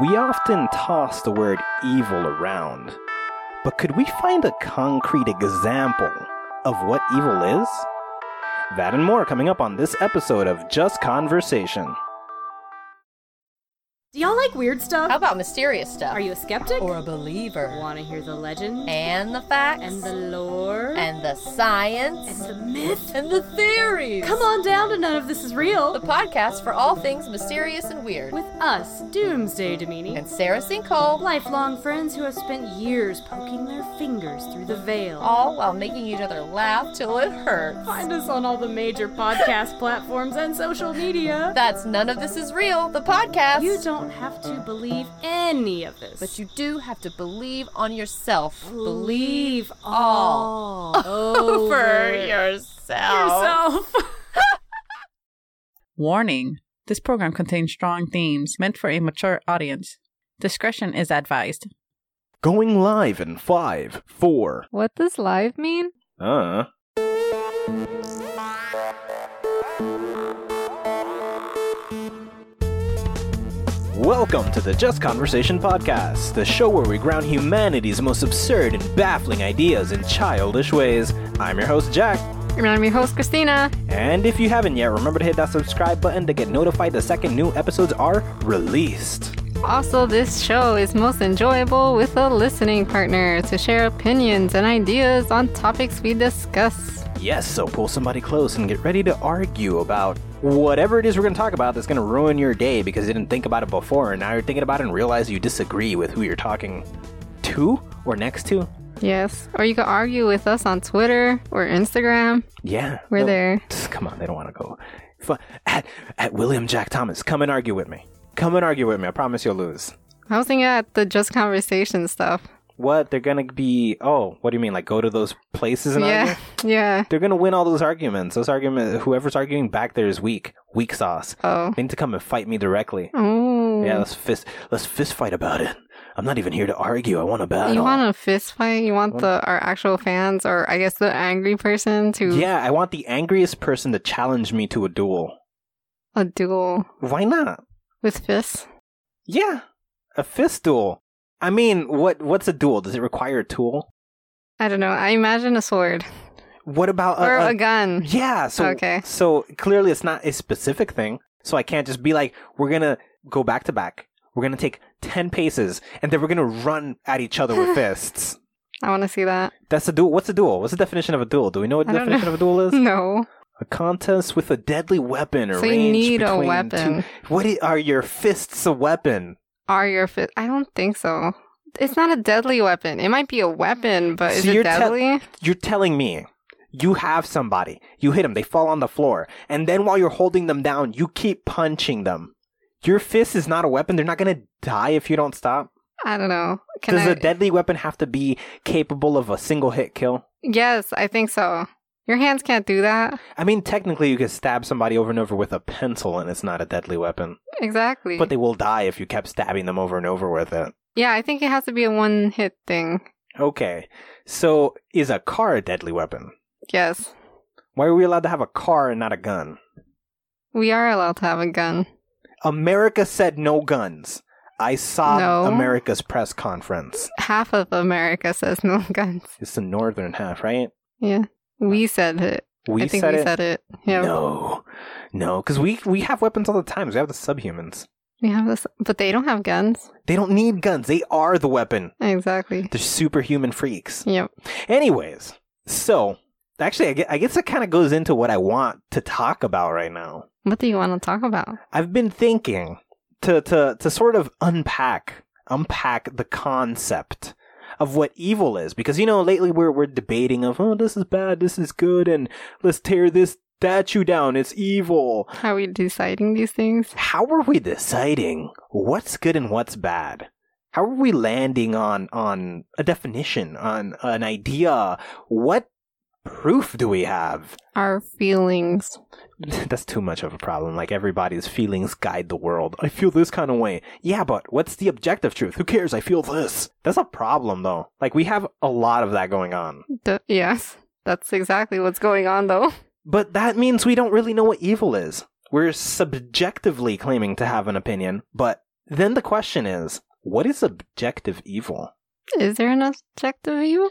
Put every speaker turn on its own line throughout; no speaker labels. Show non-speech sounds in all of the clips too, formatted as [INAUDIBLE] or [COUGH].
We often toss the word evil around, but could we find a concrete example of what evil is? That and more coming up on this episode of Just Conversation.
Do y'all like weird stuff?
How about mysterious stuff?
Are you a skeptic?
or a believer?
want to hear the legend?
And the facts
And the lore?
and the science
And the myth?
and the theories.
Come on down to None of This Is
the
Real
podcast for all things mysterious and weird.
with us, Doomsday Domini.
and Sarah Sinkhole,
Lifelong friends who have spent years poking their fingers through the veil.
all while making each other laugh till it hurts.
Find us on all the major
[LAUGHS]
podcast platforms and social media.
That's none of this is real. The podcast.
You don't have to believe any of this.
but you do have to believe on yourself.
believe all
all
over
over [LAUGHS] yourself.
yourself.
Warning This program contains strong themes meant for a mature audience. Discretion is advised.
Going live in 5, 4,
What does live mean?
uh. Welcome to the Just Conversation Podcast, the show where we ground humanity's most absurd and baffling ideas in childish ways. I'm your host, Jack.
And I'm your host, Christina.
And if you haven't yet, remember to hit that subscribe button to get notified the second new episodes are released.
Also, this show is most enjoyable with a listening partner to share opinions and ideas on topics we discuss.
Yes, so pull somebody close and get ready to argue about whatever it is we're going to talk about that's going to ruin your day because you didn't think about it before and now you're thinking about it and realize you disagree with who you're talking to or next to.
Yes. Or you can argue with us on Twitter or Instagram.
Yeah.
We're
no, [LAUGHS]
there.
Come on, they don't want to go. Fu- At, at William Jack Thomas, come and argue with me. Come and argue with me. I promise you'll lose.
I was thinking at the Just Conversation stuff.
What? They're going to be, oh, what do you mean? Like go to those places and argue?
yeah. [LAUGHS] Yeah.
They're gonna win all those arguments. Those arguments, whoever's arguing back there is weak, weak sauce.
Oh.
They need to come and fight me directly.
Oh.
Yeah, let's fist, let's fist fight about it. I'm not even here to argue. I want a battle.
You want a fist fight? You want the our actual fans or I guess the angry person to
yeah, I want the angriest person to challenge me to a duel.
a duel
Why not?
with fists?
Yeah, a fist duel. I mean, what what's a duel? Does it require a tool?
I don't know. I imagine a sword
What about a,
or
a-
a gun.
Yeah. So
Okay.
So clearly, it's not a specific thing. So I can't just be like, we're gonna go back to back. We're gonna take ten paces, and then we're gonna run at each other
[LAUGHS]
with fists.
I want to see that.
That's a duel. What's a duel? What's the definition of a duel? Do we know what the
I don't
definition of
know.
a [LAUGHS] duel
[LAUGHS]
is?
No.
A contest with a deadly weapon
So
arranged
you need a
between
weapon.
Two... What i- are your fists a weapon?
Are your fit? I don't think so. It's not a deadly weapon. It might be a weapon, but Uh,
Mm.
is
So
it
you're tell-
deadly?
You're telling me you have somebody, you hit them, they fall on the floor, and then while you're holding them down, you keep punching them. Your fist is not a weapon. They're not going to die if you don't stop.
I don't know. Can
Does
I?
a deadly weapon have to be capable of a single hit kill?
yes, I think so. Your hands can't do that.
I mean, technically, you could stab somebody over and over with a pencil, and it's not a deadly weapon.
Exactly.
But they will die if you kept stabbing them over and over with it.
yeah, I think it has to be a one hit thing.
Okay, so is a car a deadly weapon?
Yes.
Why are we allowed to have a car and not a gun?
We are allowed to have a gun.
America said no guns. I saw
No.
America's press conference.
Half of America says no [LAUGHS] guns.
It's the northern half, right?
Yeah. We said it.
We
I think
said
we
it.
said it. Yeah.
No, no, because we we have weapons all the time. We have the subhumans.
We have this, but they don't have guns.
They don't need guns. They are the weapon.
Exactly.
They're superhuman freaks.
Yep.
Anyways, so actually, I gue- I guess it kind of goes into what I want to talk about right now.
What do you want to talk about?
I've been thinking to to to sort of unpack unpack the concept of what evil is because you know lately we're we're debating of oh this is bad this is good and let's tear this statue down it's evil
How are we deciding these things?
how are we deciding what's good and what's bad how are we landing on on a definition on an idea what proof do we have
Our feelings.
[LAUGHS] that's too much of a problem. Like everybody's feelings guide the world. I feel this kind of way. Yeah, but what's the objective truth? Who cares? I feel this. That's a problem though. Like we have a lot of that going on.
D- yes, that's exactly what's going on, though. [LAUGHS]
But that means we don't really know what evil is. We're subjectively claiming to have an opinion, but Then the question is, what is objective evil?
Is there an objective evil?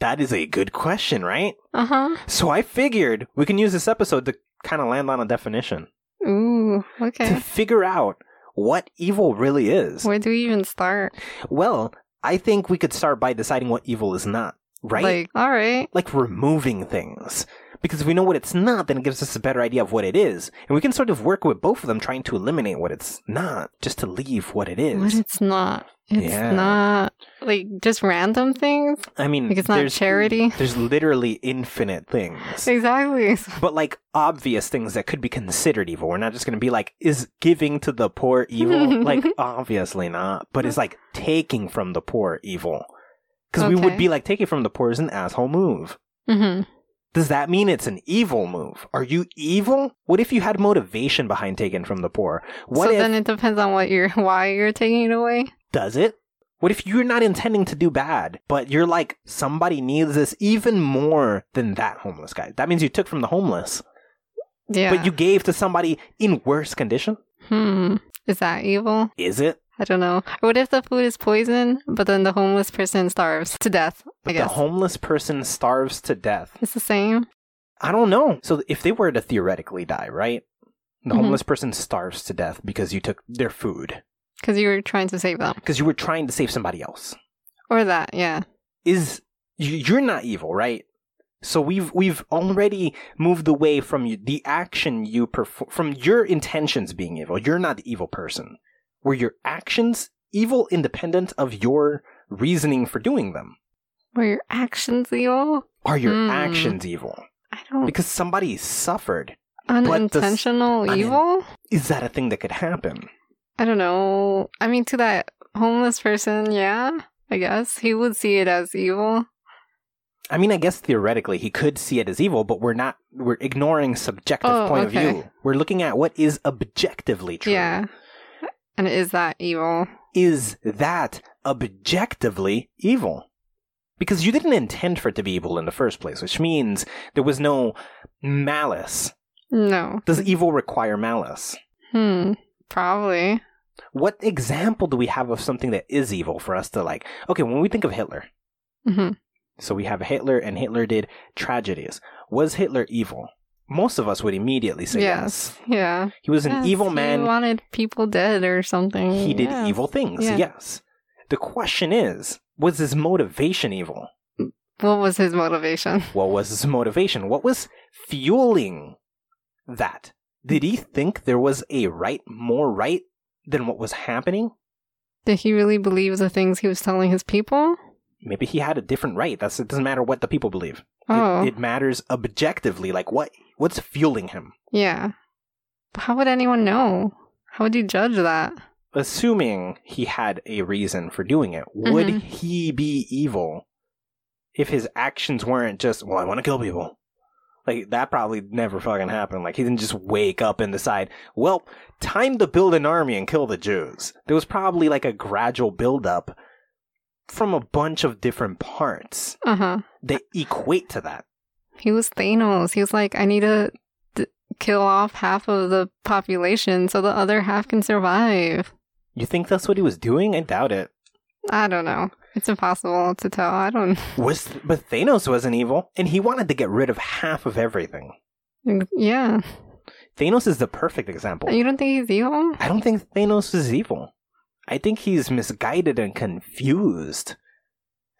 That is a good question, right?
Uh huh.
So I figured we can use this episode to kind of land on a definition
Ooh,
to [LAUGHS]
okay.
figure out what evil really is.
Where do we even start?
Well, I think we could start by deciding what evil is not, right?
Like, all right.
like removing things. Because if we know what it's not, then it gives us a better idea of what it is. And we can sort of work with both of them trying to eliminate what it's not, just to leave what it is.
What it's not. It's
Yeah.
not like just random things.
I mean,
Like, it's not
there's,
charity.
[LAUGHS] There's literally infinite things.
Exactly. [LAUGHS]
But like obvious things that could be considered evil. We're not just going to be like, is giving to the
[LAUGHS]
poor evil? like, obviously not. But it's like taking from the poor evil. Because we would
Okay.
be like, taking from the poor is an asshole move.
hmm
Does that mean it's an evil move? Are you evil? What if you had motivation behind taking from the poor? What
so
if
then it depends on what you're, [LAUGHS] why you're taking it away.
does it? What if you're not intending to do bad, but you're like somebody needs this even more than that homeless guy? That means you took from the homeless,
Yeah.
but you gave to somebody in worse condition?
Hmm. Is that evil?
Is it?
I don't know. What if the food is poison, but then the homeless person starves to death?
But the
I guess
homeless person starves to death.
it's the same.
I don't know. So if they were to theoretically die, right? The
Mhm.
homeless person starves to death because you took their food,
Because you were trying to save them.
because you were trying to save somebody else.
Or that, yeah.
is you- you're not evil, right? So we've we've already moved away from you, the action you perform from your intentions being evil. You're not the evil person. Were your actions evil independent of your reasoning for doing them?
Were your actions evil?
Are your
Hmm.
actions evil?
I don't.
Because somebody suffered. but this-
Unintentional
I mean-
evil?
Is that a thing that could happen?
I don't know. I mean, to that homeless person, yeah, I guess. He would see it as evil.
I mean, I guess theoretically he could see it as evil, but we're not. We're ignoring subjective
Oh,
point
okay.
of view. We're looking at what is objectively true.
Yeah. And is that evil?
is that objectively evil? Because you didn't intend for it to be evil in the first place, which means there was no malice.
No.
Does evil require malice?
Hmm. Probably.
What example do we have of something that is evil for us to like? Okay, when we think of Hitler,
hmm
so we have Hitler and Hitler did tragedies. Was Hitler evil? Most of us would immediately say yes.
yes. Yeah.
He was an
Yes,
evil
he
man.
wanted people dead or something.
He did
Yeah.
evil things,
Yeah.
yes. The question is, was his motivation evil?
What was his motivation?
What was his motivation? What was fueling that? Did he think there was a right, more right than what was happening?
Did he really believe the things he was telling his people?
Maybe he had a different right. That's it. Doesn't matter what the people believe. It-
Oh.
It, matters objectively. Like what? What's fueling him?
Yeah. But how would anyone know? How would you judge that?
Assuming he had a reason for doing it, would
Mhm.
he be evil if his actions weren't just "Well, I want to kill people"? Like that probably never fucking happened. Like he didn't just wake up and decide, well, time to build an army and kill the Jews. There was probably like a gradual buildup from a bunch of different parts
Uh huh.
that equate to that.
He was Thanos. He was like, I need to d- kill off half of the population so the other half can survive.
You think that's what he was doing? I doubt it.
I don't know. It's impossible to tell. I don't. [LAUGHS]
Was but Thanos wasn't evil, and he wanted to get rid of half of everything.
Yeah.
Thanos is the perfect example.
You don't think he's evil?
I don't think Thanos is evil. I think he's misguided and confused.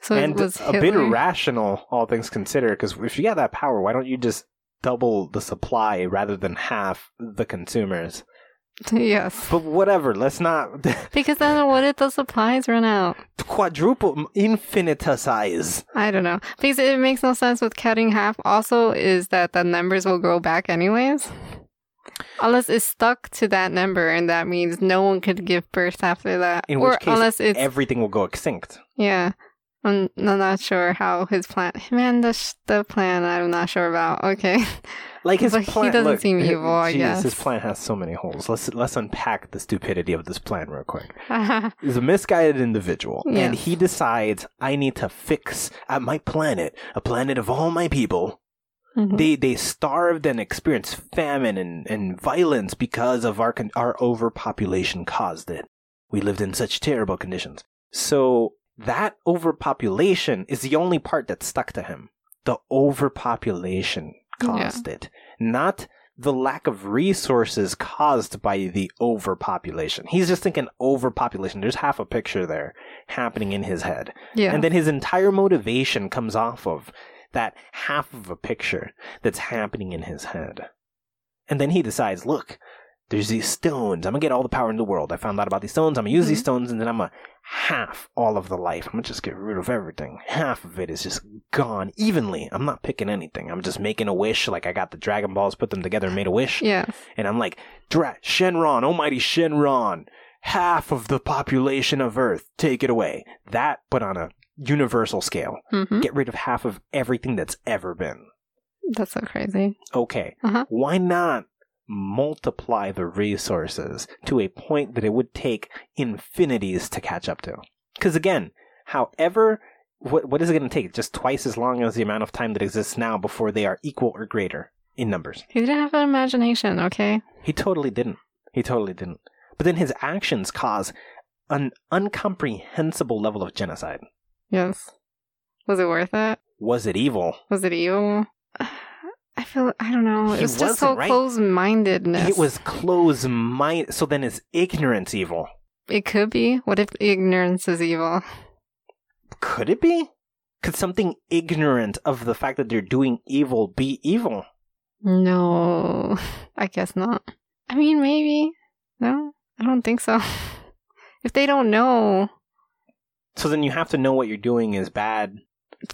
So
and
it was
a bit
Hitler?
irrational, all things considered. Because if you got that power, why don't you just double the supply rather than half the consumers?
[LAUGHS] yes.
But whatever, let's not [LAUGHS]
Because then what if the supplies run out?
quadruple infinitesize.
I don't know. Because it makes no sense with cutting half. Also, is that the numbers will grow back anyways? Unless it's stuck to that number, and that means no one could give birth after that.
In
or
which case,
unless it's
everything will go extinct.
Yeah. I'm, I'm not sure how his plan. Man, the, sh- the plan I'm not sure about. Okay. [LAUGHS]
Like his
But he
plan.
doesn't
look,
seem evil, I
jeez,
guess.
his plan has so many holes. Let's let's unpack the stupidity of this plan real quick.
yeah.
is a misguided individual, and
Yes.
he decides I need to fix at my planet, a planet of all my people.
Mhm.
They they starved and experienced famine and, and violence because of our con- our overpopulation caused it. We lived in such terrible conditions. So that overpopulation is the only part that stuck to him. The overpopulation caused it, not the lack of resources caused by the overpopulation. He's just thinking overpopulation. There's half a picture there happening in his head.
Yeah.
And then his entire motivation comes off of that half of a picture that's happening in his head. And then he decides, look, there's these stones. I'm going to get all the power in the world. I found out about these stones. I'm going to use these stones and then I'm going to half all of the life. I'm going to just get rid of everything. Half of it is just gone evenly. I'm not picking anything. I'm just making a wish. Like I got the Dragon Balls, put them together and made a wish.
yeah.
And I'm like, Dra- Shenron, almighty Shenron, half of the population of Earth, take it away. That, but on a universal scale.
hmm
Get rid of half of everything that's ever been.
That's so crazy.
Okay.
Uh-huh.
Why not multiply the resources to a point that it would take infinities to catch up to? Because again, however, what, what is it going to take? Just twice as long as the amount of time that exists now before they are equal or greater in numbers.
He didn't have an imagination, okay?
He totally didn't. He totally didn't. But then his actions cause an uncomprehensible level of genocide.
Yes. Was it worth it?
Was it evil?
Was it evil? [SIGHS] I feel I don't know. It
He
was just so
wasn't, right?
close-mindedness.
It was close mind. So then is ignorance evil?
It could be. What if ignorance is evil?
Could it be? Could something ignorant of the fact that they're doing evil be evil?
No, [LAUGHS] I guess not. I mean, maybe. No, I don't think so. [LAUGHS] If they don't know,
So then you have to know what you're doing is bad.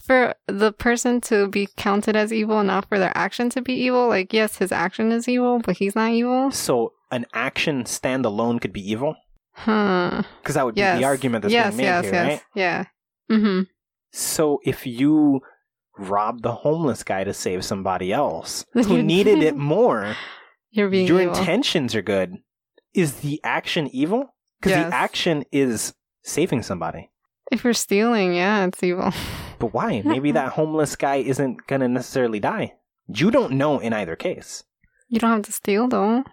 for the person to be counted as evil, not for their action to be evil, like, yes, his action is evil, but he's not evil.
So an action standalone could be evil?
Huh.
Because that would be
Yes.
the argument that's
yes,
being made
yes,
here,
yes.
right?
Yeah. Mm-hmm.
So if you rob the homeless guy to save somebody
[LAUGHS]
else who needed it more,
You're being
your
evil.
intentions are good. Is the action evil? Because
Yes.
the action is saving somebody.
If you're stealing, yeah, it's evil. [LAUGHS]
But why? Maybe that homeless guy isn't going to necessarily die. You don't know in either case.
You don't have to steal, though.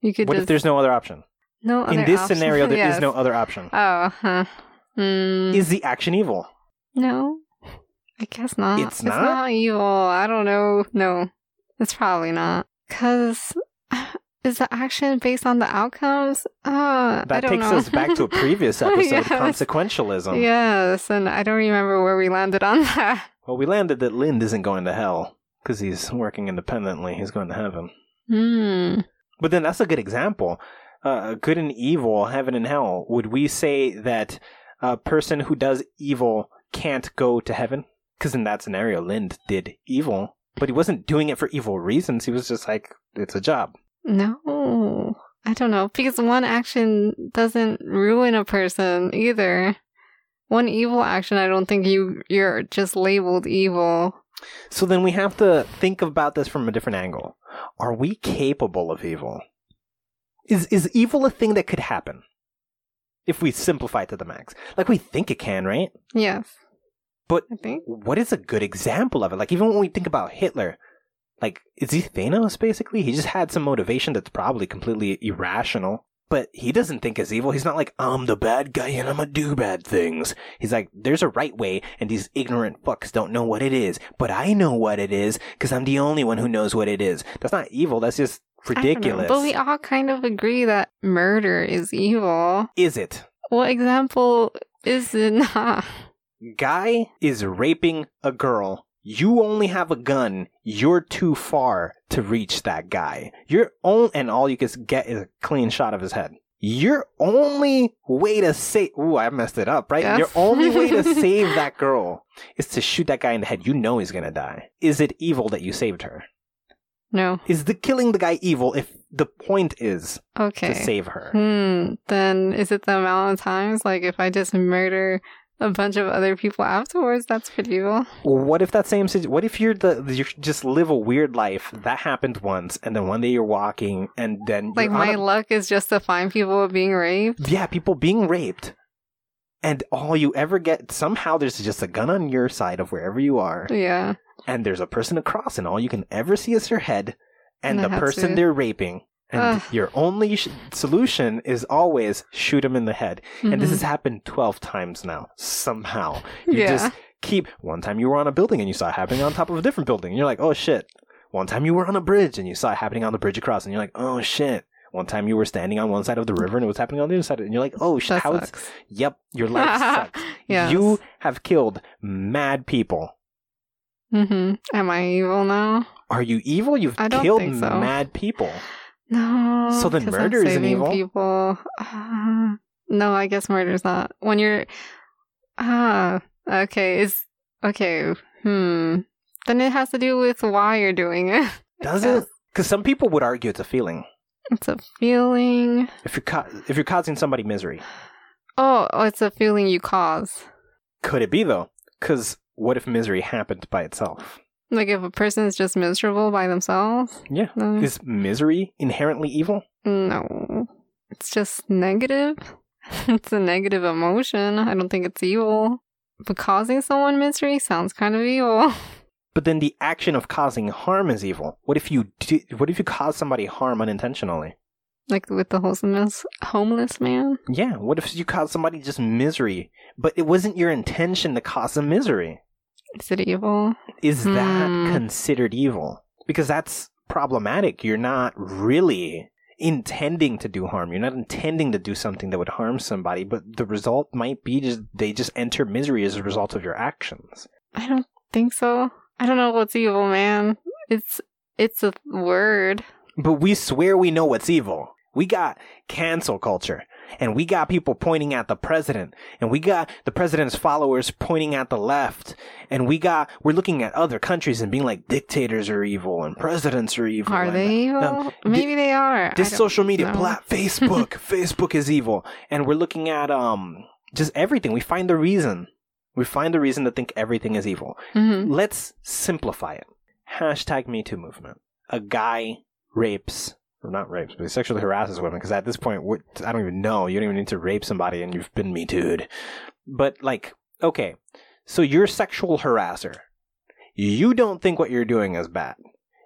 You could
what
just
if there's no other option?
no
in
other
this
option.
scenario, there is
[LAUGHS] Yes.
no other option.
Oh, huh. Mm.
Is the action evil?
No, I guess not.
It's not?
evil. I don't know. No, it's probably not. Cause [SIGHS] is the action based on the outcomes? Uh, I
That
don't
takes
know. Oh,
us back to a previous episode,
[LAUGHS] Yes.
consequentialism.
Yes, and I don't remember where we landed on [LAUGHS] that.
Well, we landed that Lind isn't going to hell because he's working independently. He's going to heaven.
Hmm.
But then that's a good example. Uh, good and evil, heaven and hell. Would we say that a person who does evil can't go to heaven? Because in that scenario, Lind did evil, but he wasn't doing it for evil reasons. He was just like, it's a job.
No, I don't know. Because one action doesn't ruin a person either. One evil action, I don't think you you're just labeled evil.
So then we have to think about this from a different angle. Are we capable of evil? Is is evil a thing that could happen? If we simplify it to the max, like we think it can, right?
Yes,
But
I think.
what is a good example of it? Like even when we think about Hitler, like is he Thanos basically? He just had some motivation that's probably completely irrational, but he doesn't think it's evil. He's not like I'm the bad guy and I'm gonna do bad things. He's like there's a right way, and these ignorant fucks don't know what it is, but I know what it is because I'm the only one who knows what it is. That's not evil. That's just
I don't know,
ridiculous.
But we all kind of agree that murder is evil.
is it?
What example is it not? [LAUGHS]
guy is raping a girl. You only have a gun. You're too far to reach that guy. You're on, and all you can s- get is a clean shot of his head. Your only way to save, ooh, I messed it up, right?
Yes. [LAUGHS]
Your only way to save that girl is to shoot that guy in the head. You know he's gonna die. Is it evil that you saved her?
No.
Is the killing the guy evil if the point is
Okay.
to save her?
Hmm. Then is it the amount of times? Like if I just murder a bunch of other people afterwards, that's pretty evil.
What if that same situation? What if you're the you just live a weird life that happened once, and then one day you're walking, and then you're
Like
on
my
a-
luck is just to find people being raped.
yeah, people being raped, and all you ever get somehow there's just a gun on your side of wherever you are,
Yeah.
and there's a person across, and all you can ever see is their head, and
And
the
they have
person
to-
they're raping, And
Ugh.
your only sh- solution is always shoot him in the head. And this
Mhm.
has happened 12 times now, somehow. You
Yeah.
just keep. One time you were on a building and you saw it happening on top of a different building. And you're like, oh shit. One time you were on a bridge and you saw it happening on the bridge across. And you're like, oh shit. One time you were standing on one side of the river and it was happening on the other side. And you're like, oh shit.
That
How is-
sucks.
Yep, your
[LAUGHS]
life sucks.
Yes.
You have killed mad people.
hmm Am I evil now?
Are you evil? You've
I don't
killed
think so.
mad people.
No.
So then
'cause I'm
murder isn't
saving
evil?
People. Uh, no, I guess murder's not. When you're ah okay, it's okay. Hmm. Then it has to do with why you're doing it. [LAUGHS]
Does
Yes.
it? Because some people would argue it's a feeling.
It's a feeling.
If you're ca- if you're causing somebody misery,
Oh, oh, it's a feeling you cause.
could it be though? Because what if misery happened by itself?
Like if a person's just miserable by themselves.
Yeah.
then-
Is misery inherently evil?
No. It's just negative. [LAUGHS] it's a negative emotion. I don't think it's evil. But causing someone misery sounds kind of evil.
But then the action of causing harm is evil. What if you di- what if you cause somebody harm unintentionally?
Like with the wholesomeness homeless man.
Yeah. What if you cause somebody just misery, but it wasn't your intention to cause them misery?
Is it evil?
is that
Hmm.
considered evil? Because that's problematic. You're not really intending to do harm. You're not intending to do something that would harm somebody, but the result might be just they just enter misery as a result of your actions.
I don't think so. I don't know what's evil, man. It's it's a word.
But we swear we know what's evil. We got cancel culture. And we got people pointing at the president. And we got the president's followers pointing at the left. And we got, we're looking at other countries and being like, dictators are evil and presidents are evil.
Are
and-
they evil?
um, thi-
Maybe they are.
this
I don't
social media
know.
plat
[LAUGHS]
facebook facebook is evil and we're looking at um just everything we find the reason we find the reason to think everything is evil
Mhm.
let's simplify it hashtag me too movement a guy rapes or not rapes but he sexually harasses women because at this point what, i don't even know you don't even need to rape somebody and you've been me too'd but like okay so you're a sexual harasser you don't think what you're doing is bad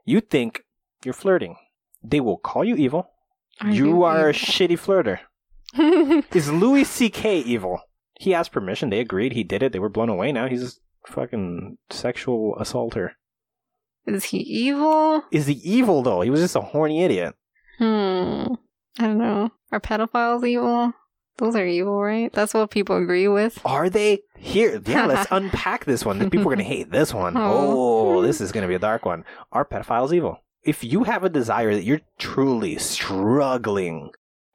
you think you're flirting they will call you evil
I think
you are a
evil.
shitty flirter. Is Louis C.K. evil? He asked permission. They agreed. He did it. They were blown away. Now he's a fucking sexual assaulter.
[LAUGHS] Is he evil?
Is he evil though? He was just a horny idiot.
Hmm. I don't know. Are pedophiles evil? Those are evil, right? That's what people agree with.
Are they here? Yeah,
[LAUGHS]
let's unpack this one. People are gonna hate this one.
Oh.
Oh, this is gonna be a dark one. Are pedophiles evil? If you have a desire that you're truly struggling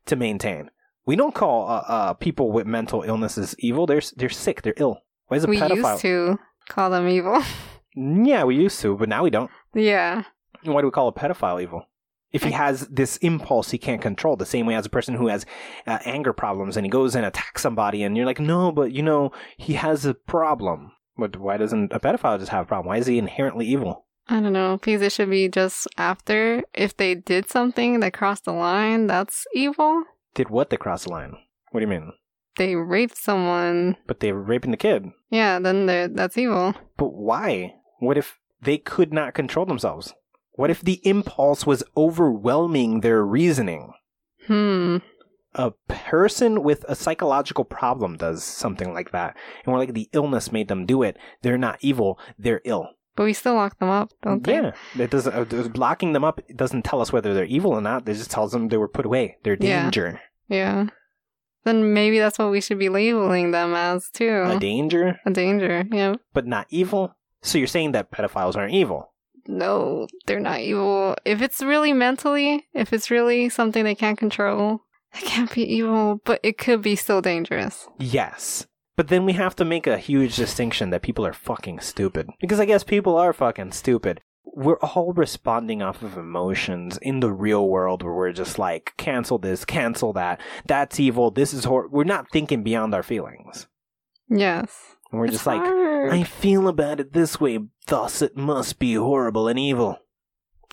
to maintain, we don't call uh, uh, people with mental illnesses evil. They're s- they're sick. They're ill. Why is a
we
pedophile?
used to call them evil. [LAUGHS]
Yeah, we used to, but now we don't.
yeah.
Why do we call a pedophile evil? If he has this impulse he can't control, the same way as a person who has uh, anger problems and he goes and attacks somebody, and you're like, no, but you know, he has a problem. But why doesn't a pedophile just have a problem? Why is he inherently evil?
I don't know. Because it should be just after. If they did something that crossed the line, that's evil.
Did what they cross the line? What do you mean?
They raped someone.
But they were raping the kid.
Yeah, then they're- that's evil.
But why? What if they could not control themselves? What if the impulse was overwhelming their reasoning?
Hmm.
a person with a psychological problem does something like that, and we're like the illness made them do it. They're not evil; they're ill.
But we still lock them up, don't they?
yeah, that doesn't uh, th- locking them up doesn't tell us whether they're evil or not. It just tells them they were put away. They're
Yeah.
danger,
Yeah. Then maybe that's what we should be labeling them as, too.
a danger,
A danger. Yeah.
but not evil. So you're saying that pedophiles aren't evil?
no, they're not evil. If it's really mentally, if it's really something they can't control, it can't be evil, but it could be still dangerous.
Yes. But then we have to make a huge distinction that people are fucking stupid. Because I guess people are fucking stupid. We're all responding off of emotions in the real world where we're just like, cancel this, cancel that, that's evil, this is horrible. We're not thinking beyond our feelings.
Yes.
And we're
It's
just like,
hard.
I feel about it this way, thus it must be horrible and evil.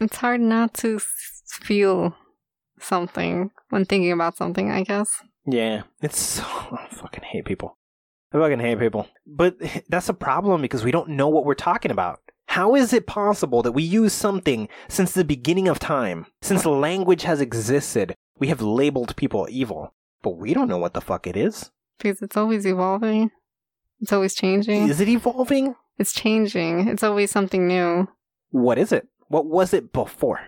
it's hard not to s- feel something when thinking about something, I guess.
Yeah, it's so, [LAUGHS] I fucking hate [LAUGHS] people. I fucking hate people. But that's a problem because we don't know what we're talking about. How is it possible that we use something since the beginning of time? Since language has existed, we have labeled people evil, but we don't know what the fuck it is.
because it's always evolving. It's always changing.
Is it evolving?
It's changing. It's always something new.
What is it? What was it before?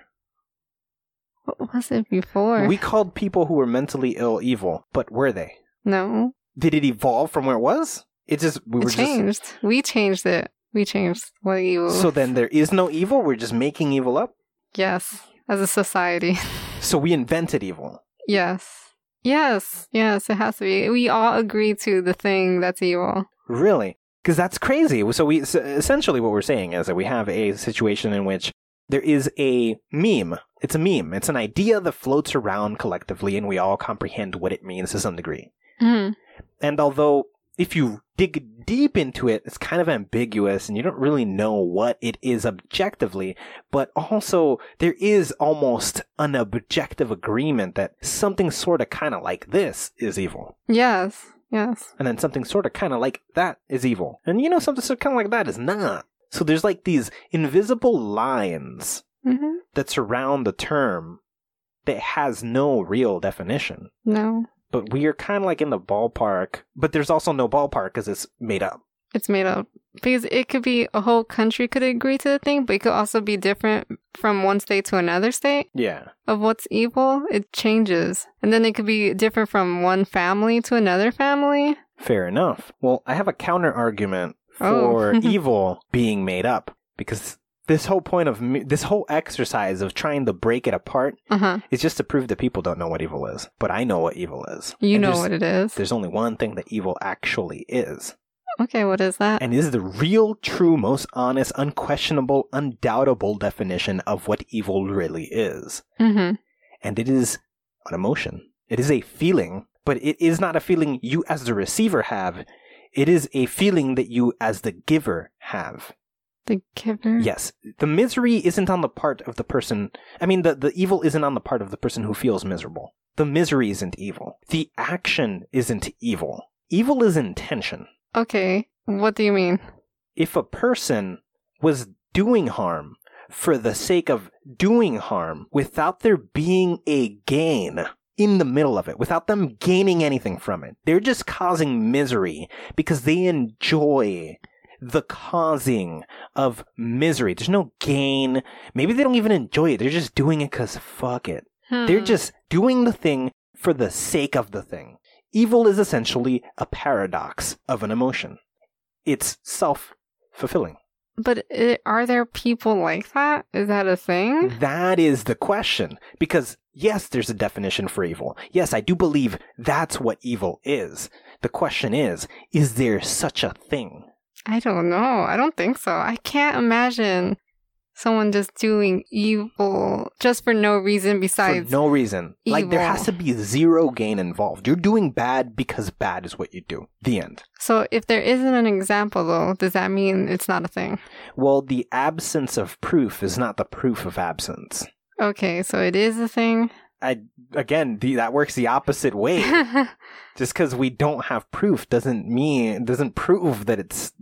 What was it before?
We called people who were mentally ill evil, but were they?
no,
Did it evolve from where it was? It just we
it
were just
changed. We changed it. We changed what evil.
so then there is no evil. We're just making evil up.
yes, as a society. [LAUGHS]
So we invented evil.
yes, yes, yes. It has to be. We all agree to the thing that's evil.
Really? Because that's crazy. So we so essentially what we're saying is that we have a situation in which there is a meme. It's a meme. It's an idea that floats around collectively, and we all comprehend what it means to some degree.
Mhm.
And although if you dig deep into it, it's kind of ambiguous, and you don't really know what it is objectively. But also, there is almost an objective agreement that something sort of kind of like this is evil
Yes, yes.
and then something sort of kind of like that is evil. And you know, something sort of kind of like that is not. So there's like these invisible lines
hmm
that surround the term that has no real definition.
No,
But we are kind of like in the ballpark, but there's also no ballpark because it's made up.
it's made up because it could be a whole country could agree to the thing, but it could also be different from one state to another state.
Yeah.
of what's evil, it changes. And then it could be different from one family to another family.
Fair enough. Well, I have a counter argument
Oh. [LAUGHS]
for evil being made up because this whole point of me- this whole exercise of trying to break it apart
Uh huh.
is just to prove that people don't know what evil is. But I know what evil is.
You
And
know
there's-
what it is.
There's only one thing that evil actually is,
Okay, what is that?
and is the real, true, most honest, unquestionable, undoubtable definition of what evil really is.
Mm
And it is an emotion. It is a feeling, but it is not a feeling you as the receiver have. It is a feeling that you as the giver have.
The giver.
Yes, the misery isn't on the part of the person. I mean, the, the evil isn't on the part of the person who feels miserable. The misery isn't evil. The action isn't evil. Evil is intention.
Okay. What do you mean?
if a person was doing harm for the sake of doing harm without there being a gain in the middle of it, without them gaining anything from it, they're just causing misery because they enjoy the causing of misery. There's no gain. Maybe they don't even enjoy it. They're just doing it because fuck it.
Hmm. Mm-hmm.
They're just doing the thing for the sake of the thing. Evil is essentially a paradox of an emotion. It's self fulfilling.
But it, are there people like that? Is that a thing?
That is the question. Because, yes, there's a definition for evil. Yes, I do believe that's what evil is. The question is is there such a thing?
I don't know. I don't think so. I can't imagine someone just doing evil just for no reason
For
besides.
no reason. Like, there
evil.
has to be zero gain involved. You're doing bad because bad is what you do. The end.
So if there isn't an example though, does that mean it's not a thing?
Well, the absence of proof is not the proof of absence.
Okay, so it is
[LAUGHS]
a thing.
I again, the, that works the opposite way.
[LAUGHS] Oh,
just because we don't have proof doesn't mean doesn't prove that it's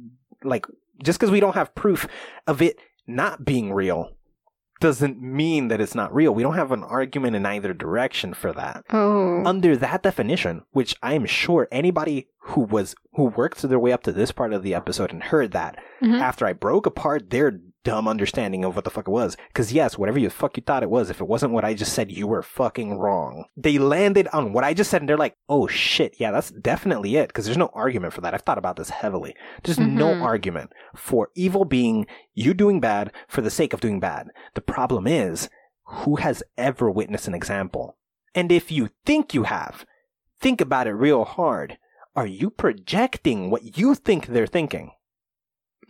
like just because we don't have proof of it not being real doesn't mean that it's not real. We don't have an argument in either direction for that.
Oh.
Under that definition, which I am sure anybody who was who worked their way up to this part of the episode and heard that
Mhm.
after I broke apart their dumb understanding of what the fuck it was. Because yes, whatever you fuck you thought it was, if it wasn't what I just said, you were fucking wrong. They landed on what I just said, and they're like, "Oh shit, yeah, that's definitely it." Because there's no argument for that. I've thought about this heavily. There's no
Mhm.
argument for evil being you doing bad for the sake of doing bad. The problem is, who has ever witnessed an example? And if you think you have, think about it real hard. Are you projecting what you think they're thinking?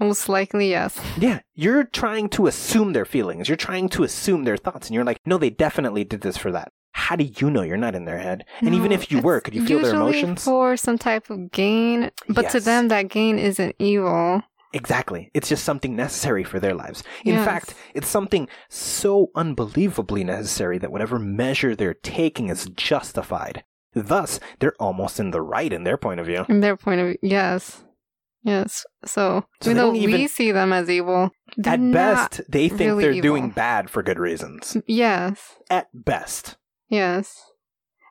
Most likely, yes.
Yeah, you're trying to assume their feelings. You're trying to assume their thoughts, and you're like, no, they definitely did this for that. How do you know you're not in their head? And even
No,
if you
it's
were, could you feel their
usually
emotions?
For some type of gain, but to
Yes.
them, that gain isn't evil.
Exactly. It's just something necessary for their lives. In
Yes.
fact, it's something so unbelievably necessary that whatever measure they're taking is justified. Thus, they're almost in the right in their point of view.
In their point of view, yes. Yes. So,
So
even
they
though
don't even-
we see them as evil, they're
At
not-
best, they think
really
they're
evil.
doing bad for good reasons.
Yes.
At best.
Yes.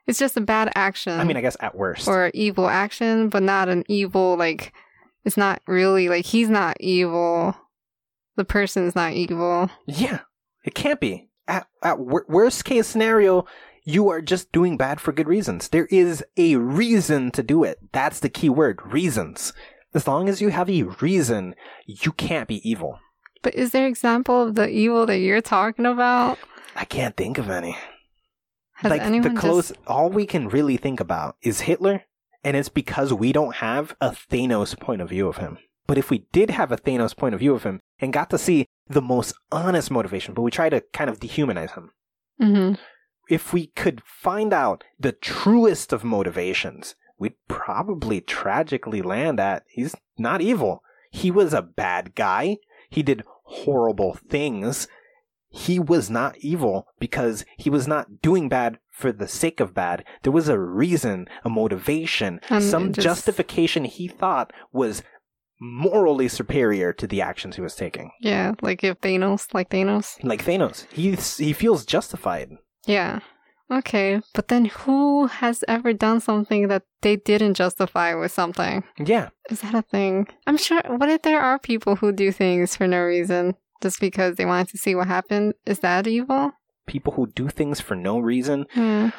It's just a bad action.
I mean, I guess at worst.
or evil action, but not an evil like it's not really like he's not evil. The person's not evil.
yeah, it can't be. At, at wor- worst case scenario, you are just doing bad for good reasons. There is a reason to do it. That's the key word reasons. As long as you have a reason, you can't be evil.
But is there example of the evil that you're talking about?
I can't think of any.
Has
like
anyone
the
just-
close all we can really think about is Hitler, and it's because we don't have a Thanos point of view of him. But if we did have a Thanos point of view of him and got to see the most honest motivation, but we try to kind of dehumanize him.
Mhm.
If we could find out the truest of motivations, we'd probably tragically land at he's not evil. He was a bad guy. He did horrible things he was not evil because he was not doing bad for the sake of bad. There was a reason, a motivation,
And
some
it just-
justification he thought was morally superior to the actions he was taking.
Yeah, like if Thanos, like Thanos.
Like Thanos, he he feels justified.
Yeah. Okay, but then who has ever done something that they didn't justify with something?
Yeah,
Is that a thing? I'm sure. What if there are people who do things for no reason, just because they wanted to see what happened? Is that evil?
people who do things for no reason.
Yeah.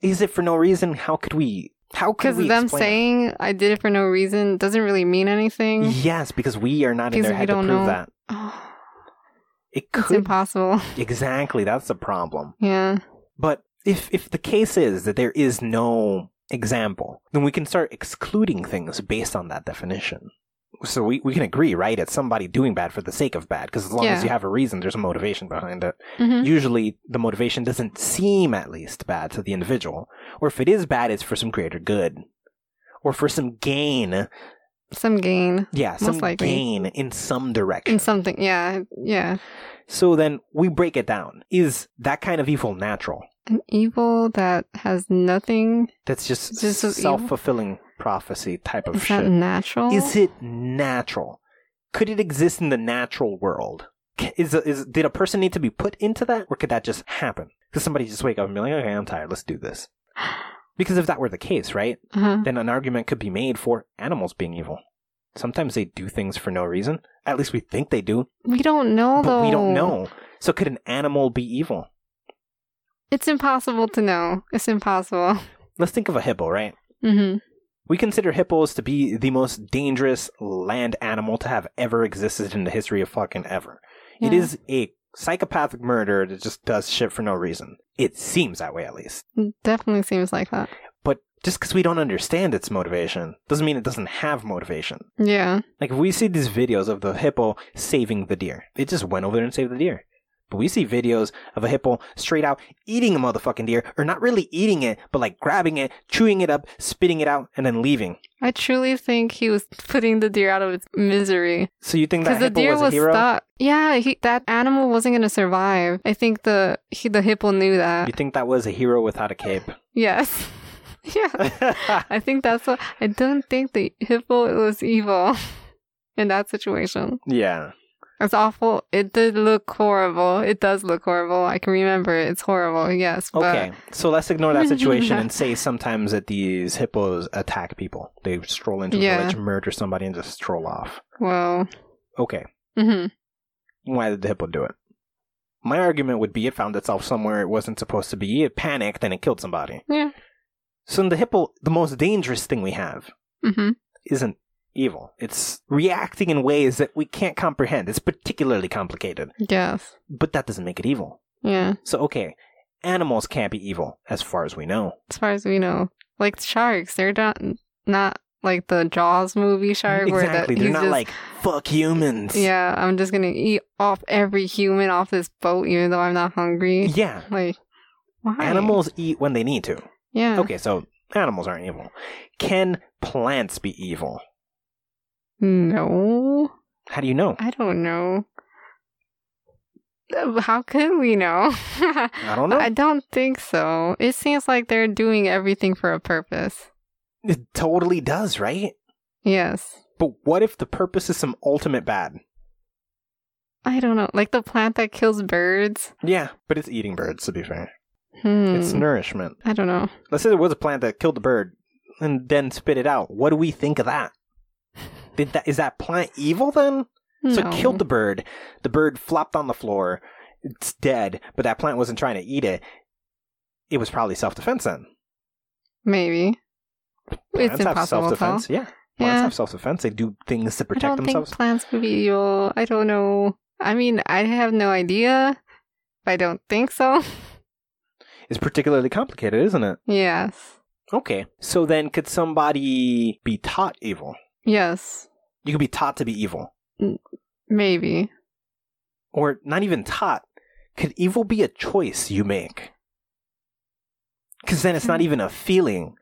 Is it for no reason? How could we? How could
Because
we
them
explain it?
saying I did it for no reason doesn't really mean anything.
Yes, because we are not in
Because
their
we
head to
don't
prove
know.
that.
Oh,
It
it's
could
impossible. [LAUGHS]
exactly. That's the problem.
Yeah.
But if if the case is that there is no example, then we can start excluding things based on that definition. So we, we can agree, right? It's somebody doing bad for the sake of bad, because as long as
Yeah.
you have a reason, there's a motivation behind it.
Mhm.
Usually, the motivation doesn't seem at least bad to the individual, or if it is bad, it's for some greater good, or for some gain.
Some gain
Yeah, some
likely.
gain in some direction.
in something. Yeah. Yeah.
so then we break it down. Is that kind of evil natural?
An evil that has nothing.
That's just,
Just as evil?
self fulfilling prophecy type of
Is
Oh, shit.
that natural?
Is it natural? Could it exist in the natural world? C- Is, is did a person need to be put into that, or could that just happen? Because somebody just wake up and be like, "Okay, I'm tired. Let's do this." Because if that were the case, right,
Uh-huh.
then an argument could be made for animals being evil. Sometimes they do things for no reason. At least we think they do,
We don't know
but
though.
we don't know. So could an animal be evil?
It's impossible to know. It's impossible. [LAUGHS]
Let's think of a hippo, right?
hmm
We consider hippos to be the most dangerous land animal to have ever existed in the history of fucking ever. It
Yeah.
is a psychopathic murderer that just does shit for no reason. It seems that way, at least.
Definitely seems like that.
But just because we don't understand its motivation doesn't mean it doesn't have motivation.
Yeah.
Like, if we see these videos of the hippo saving the deer, it just went over there and saved the deer. But we see videos of a hippo straight out eating a motherfucking deer, or not really eating it, but like grabbing it, chewing it up, spitting it out, and then leaving.
I truly think he was putting the deer out of its misery.
So you think that
Because
hippo
the deer
was a
was
hero?
stuck. Yeah, he, that animal wasn't going to survive. I think the he, the hippo knew that.
You think that was a hero without a
[LAUGHS]
cape?
Yes. yeah. I think that's what. I don't think the hippo was evil [LAUGHS] in that situation.
yeah.
It's awful. It did look horrible. It does look horrible. I can remember it. It's horrible. Yes. But
Okay. So let's ignore
[LAUGHS]
that situation and say sometimes that these hippos attack people. They stroll into a
Yeah.
village, murder somebody, and just stroll off.
Well.
Okay.
hmm
Why did the hippo do it? My argument would be it found itself somewhere it wasn't supposed to be. It panicked and it killed somebody.
Yeah.
So in the hippo, the most dangerous thing we have
hmm
isn't evil. It's reacting in ways that we can't comprehend. It's particularly complicated,
Yes.
but that doesn't make it evil.
Yeah.
So, okay, animals can't be evil, as far as we know.
As far as we know, like sharks, they're not not like the Jaws movie shark where that
exactly. They're
he's
not
just,
like, fuck humans.
Yeah, I'm just gonna eat off every human off this boat, even though I'm not hungry.
Yeah.
Like, why?
Animals eat when they need to.
Yeah.
Okay, so animals aren't evil. Can plants be evil?
No,
How do you know?
I don't know. Uh, How could we know?
I don't know.
[LAUGHS] I don't think so. It seems like they're doing everything for a purpose.
It totally does, right?
Yes.
But what if the purpose is some ultimate bad?
I don't know. Like the plant that kills birds.
Yeah, but it's eating birds, to be fair.
Hmm.
It's nourishment.
I don't know.
Let's say there was a plant that killed the bird and then spit it out. What do we think of that? Did that is that plant evil then? So it killed the bird. The bird flopped on the floor. It's dead, but that plant wasn't trying to eat it. It was probably self defense then.
Maybe. It's
Plants have
impossible to tell.
self-defense. Yeah. Plants
Yeah.
have self-defense. They do things to
I
protect
don't
themselves.
think plants would be evil. I don't know. I mean, I have no idea. I don't think so. [LAUGHS]
It's particularly complicated, isn't it?
yes.
Okay. So then could somebody be taught evil?
Yes.
You could be taught to be evil.
Maybe.
Or not even taught. Could evil be a choice you make? Cuz then it's not even a feeling,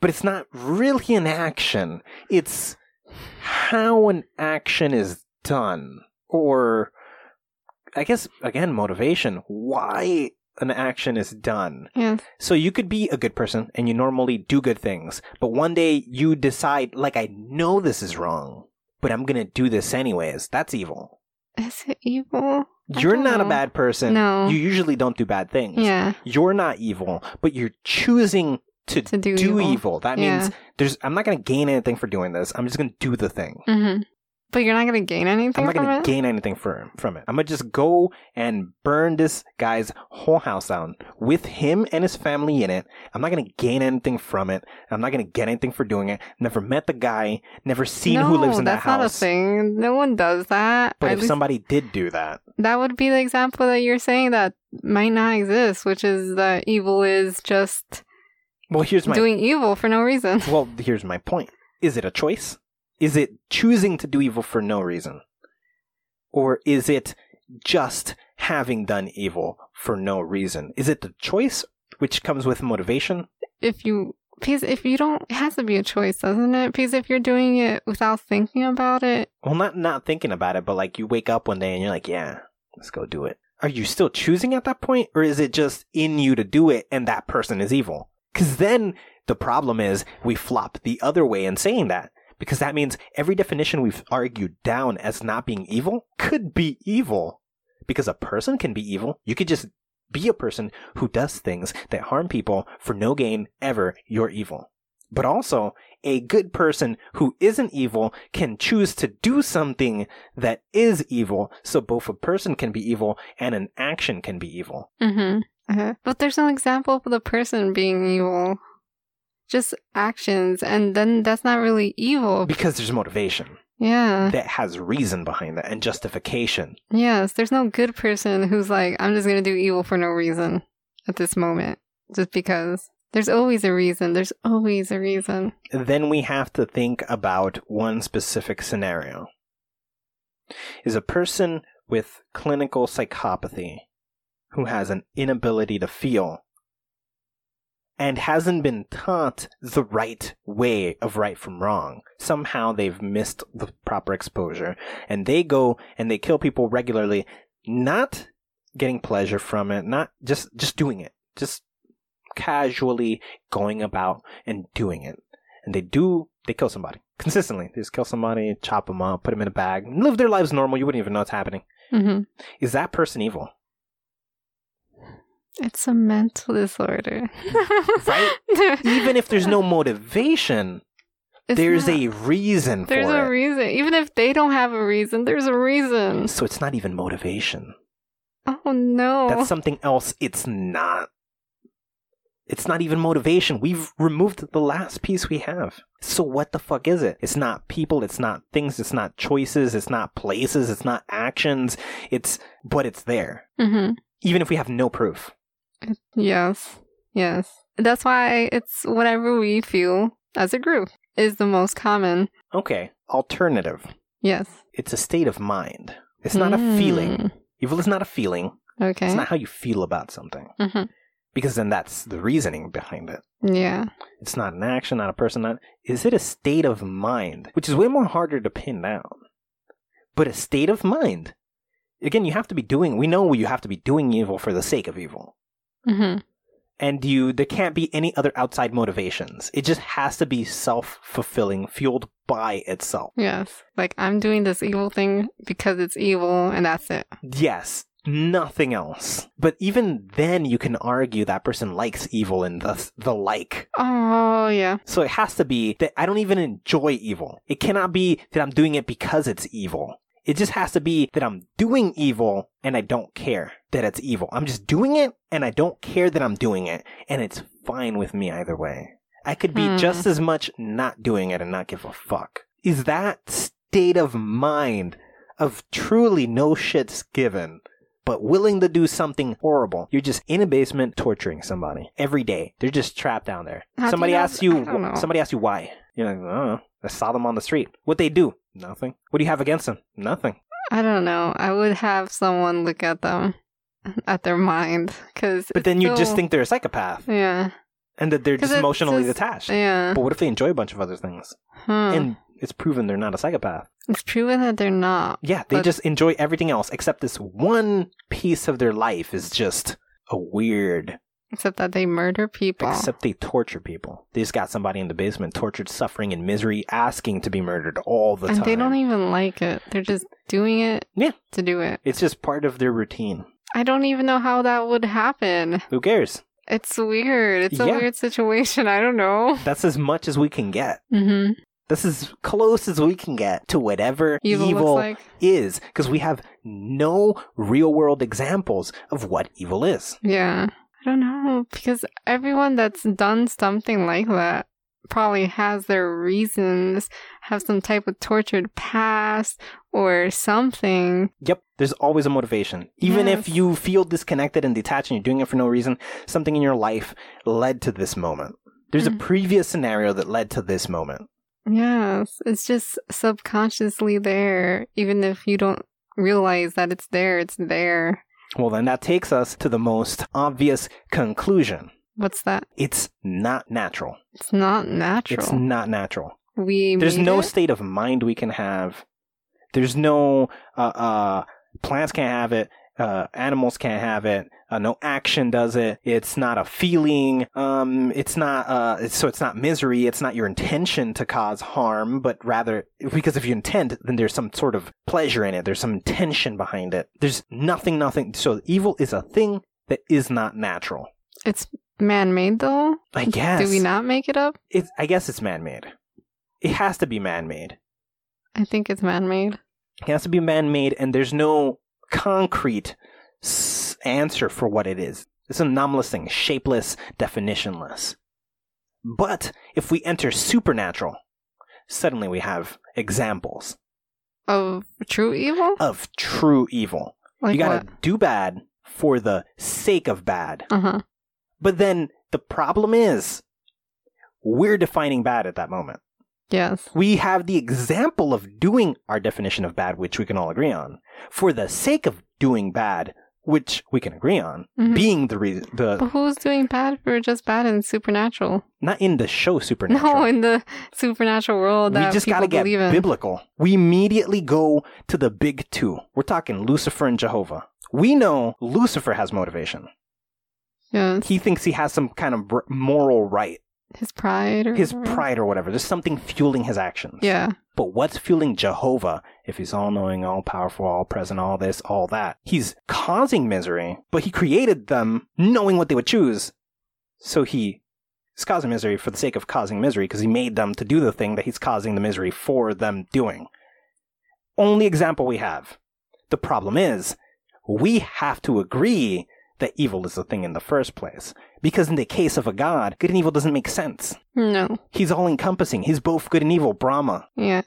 but it's not really an action. It's how an action is done or I guess again motivation, why an action is done.
Yes.
So you could be a good person and you normally do good things, but one day you decide, like, I know this is wrong, but I'm gonna do this anyways. That's evil.
Is it evil? I
You're
don't
not a
know.
bad person.
Uh-huh. No.
You usually don't do bad things.
Yeah.
You're not evil, but you're choosing to,
To do
do,
evil.
evil. That means there's I'm not gonna gain anything for doing this. I'm just gonna do the thing.
hmm But you're not going to gain anything
I'm not
from
gonna
it?
gain anything for, from it. I'm gonna just go and burn this guy's whole house down with him and his family in it. I'm not gonna gain anything from it. I'm not gonna get anything for doing it. Never met the guy. Never seen
no,
who lives in
that's
that house.
not a thing. No one does that.
But
At
if
least
somebody did do that,
that would be the example that you're saying that might not exist, which is that evil is just
well, here's my
doing evil for no reason.
well, here's my point. Is it a choice? Is it choosing to do evil for no reason, or is it just having done evil for no reason? Is it the choice which comes with motivation?
if you because if you don't it has to be a choice doesn't it because if you're doing it without thinking about it
Well, not not thinking about it, but like you wake up one day and you're like, yeah, let's go do it. Are you still choosing at that point, or is it just in you to do it and that person is evil? Because then the problem is we flop the other way in saying that. Because that means every definition we've argued down as not being evil could be evil. Because a person can be evil. You could just be a person who does things that harm people for no gain ever. You're evil. But also, a good person who isn't evil can choose to do something that is evil. So both a person can be evil and an action can be evil.
mm-hmm. uh but there's no example of the person being evil just actions and then that's not really evil
Because there's motivation
yeah
that has reason behind that and justification.
yes there's no good person who's like i'm just gonna do evil for no reason at this moment just because there's always a reason there's always a reason
Then we have to think about one specific scenario. Is a person with clinical psychopathy who has an inability to feel and hasn't been taught the right way of right from wrong. Somehow they've missed the proper exposure and they go and they kill people regularly, not getting pleasure from it, not just just doing it. Just casually going about and doing it. And they do they kill somebody [LAUGHS] consistently. They just kill somebody, chop them up, put them in a bag, and live their lives normal. You wouldn't even know it's happening.
mm-hmm.
Is that person
[LAUGHS]
evil?
it's a mental disorder [LAUGHS]
Right? Even if there's no motivation,
It's
there's
not-
a reason
There's
for
a
it.
reason. Even if they don't have a reason, there's a reason.
so it's not even motivation.
Oh no.
That's something else. It's not. It's not even motivation. We've removed the last piece we have. So what the fuck is it? It's not people, it's not things, it's not choices, it's not places, it's not actions. It's but it's there.
hmm
Even if we have no proof.
Yes. Yes. That's why it's whatever we feel as a group is the most common.
Okay. Alternative.
Yes.
It's a state of mind. It's not a feeling.
Mm.
Evil is not a feeling.
Okay.
It's not how you feel about something.
Mhm.
Because then that's the reasoning behind it.
Yeah.
It's not an action, not a person, not is it a state of mind? Which is way more harder to pin down. But a state of mind. Again, you have to be doing we know you have to be doing evil for the sake of evil.
hmm
and you there can't be any other outside motivations. It just has to be self-fulfilling, fueled by itself.
Yes. Like, I'm doing this evil thing because it's evil, and that's it.
Yes, nothing else. But even then you can argue that person likes evil and thus the like.
Oh, yeah.
So it has to be that I don't even enjoy evil. It cannot be that I'm doing it because it's evil. It just has to be that I'm doing evil and I don't care that it's evil. I'm just doing it and I don't care that I'm doing it. And it's fine with me either way. I could be
Hmm.
just as much not doing it and not give a fuck. Is that state of mind of truly no shits given, but willing to do something horrible? You're just in a basement torturing somebody every day. They're just trapped down there.
How do
somebody
you know-
asks you,
I don't know.
somebody asks you why. You're like, I don't know. I saw them on the street. What they do? Nothing. What do you have against them? Nothing.
I don't know. I would have someone look at them, at their mind, because.
But then you just think they're a psychopath
Yeah.
and that they're
'Cause
just
it's
emotionally
just-
detached.
Yeah.
But what if they enjoy a bunch of other things?
Huh.
And it's proven they're not a psychopath.
Hmm. it's proven that they're not.
Yeah, they
But-
just enjoy everything else except this one piece of their life is just a weird.
Except that they murder people.
Except they torture people. They just got somebody in the basement, tortured, suffering, and misery, asking to be murdered all the
and
time.
they don't even like it. They're just doing it
Yeah.
to do it.
It's just part of their routine.
I don't even know how that would happen.
Who cares?
It's weird. It's a
Yeah.
weird situation. I don't know.
That's as much as we can get.
Mm-hmm.
This is close as we can get to whatever
Evil,
evil,
looks like.
is, because we have no real world examples of what evil is.
Yeah. I don't know. Because everyone that's done something like that probably has their reasons, have some type of tortured past or something.
Yep, there's always a motivation. Even if
Yes.
you feel disconnected and detached and you're doing it for no reason, something in your life led to this moment. There's
Mhm.
a previous scenario that led to this moment.
Yes. It's just subconsciously there, even if you don't realize that it's there, it's there.
Well, then that takes us to the most obvious conclusion.
What's that?
It's not natural.
It's not natural.
It's not natural.
we
There's
made
no
it?
state of mind we can have. There's no uh, uh, plants can't have it. Uh, animals can't have it. Uh, no action does it. It's not a feeling. Um, it's not. Uh, it's, so it's not misery. It's not your intention to cause harm, but rather because if you intend, then there's some sort of pleasure in it. There's some intention behind it. There's nothing. Nothing. So evil is a thing that is not natural.
It's man-made though.
I guess.
Do we not make it up?
It's, I guess it's man-made. It has to be man-made.
I think it's man-made.
It has to be man made, and there's no concrete s- answer for what it is. It's an anomalous thing, shapeless, definitionless. But if we enter supernatural, suddenly we have examples
Of true evil?
of true evil.
Like
you gotta do bad for the sake of bad.
what? Uh-huh.
But then the problem is, we're defining bad at that moment.
Yes.
we have the example of doing our definition of bad, which we can all agree on, for the sake of doing bad, which we can agree on,
Mhm.
being the reason,
But
the
who's doing bad for just bad in supernatural? [LAUGHS]
not in the show supernatural.
No, in the supernatural
we
world that
just
people
gotta get
believe in.
biblical. We immediately go to the big two. We're talking Lucifer and Jehovah. We know Lucifer has motivation.
yes.
He thinks he has some kind of br- moral right,
His pride. Or
his
whatever.
pride or whatever. There's something fueling his actions.
Mm-hmm. Yeah.
But what's fueling Jehovah if he's all knowing, all powerful, all present, all this, all that? He's causing misery, but he created them knowing what they would choose. So he is causing misery for the sake of causing misery because he made them to do the thing that he's causing the misery for them doing. Only example we have. The problem is, we have to agree that evil is a thing in the first place. Because in the case of a god, good and evil doesn't make sense.
No.
He's all encompassing. He's both good and evil, Brahma.
Yeah.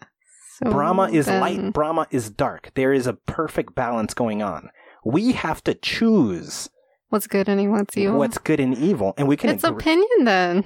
So
Brahma is
Oh, then-
light, Brahma is dark. There is a perfect balance going on. We have to choose
What's good and what's evil?
what's good and evil, and we can.
it's
agree-
opinion then.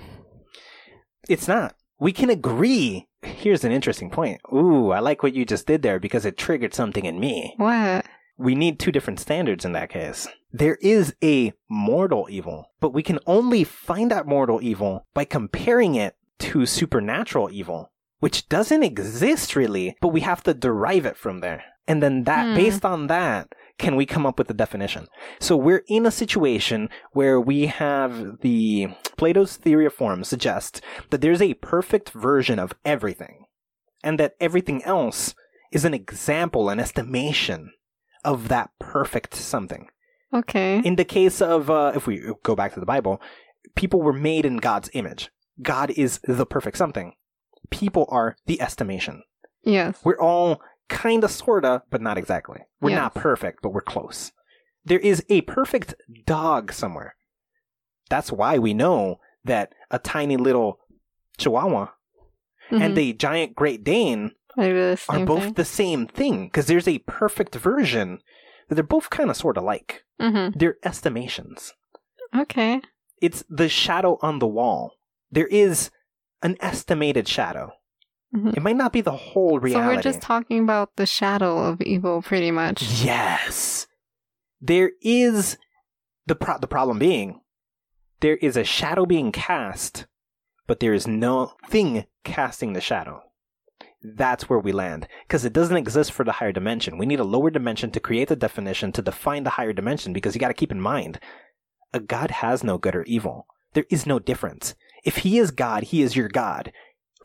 it's not. We can agree. Here's an interesting point. Ooh, I like what you just did there because it triggered something in me.
What?
We need two different standards in that case. There is a mortal evil, but we can only find out mortal evil by comparing it to supernatural evil, which doesn't exist really, but we have to derive it from there. And then that,
Hmm.
based on that, can we come up with a definition? So we're in a situation where we have the Plato's theory of form suggests that there's a perfect version of everything, and that everything else is an example, an estimation of that perfect something.
Okay.
In the case of, uh, if we go back to the Bible, people were made in God's image. God is the perfect something. People are the estimation.
yes.
We're all kind of, sort of, but not exactly. We're
Yes.
not perfect, but we're close. There is a perfect dog somewhere. That's why we know that a tiny little chihuahua and a giant Great Dane
they Mm-hmm. do the
are
Mm-hmm. same
both
thing.
the same thing because there's a perfect version that they're both kind of sort of like.
Mhm.
They're estimations.
Okay.
It's the shadow on the wall. There is an estimated shadow.
Mhm.
It might not be the whole reality.
So we're just talking about the shadow of evil, pretty much.
Yes. There is the pro- the problem being there is a shadow being cast, but there is no thing casting the shadow. That's where we land because it doesn't exist for the higher dimension. We need a lower dimension to create the definition to define the higher dimension because you got to keep in mind a god has no good or evil. There is no difference. If he is God, he is your god,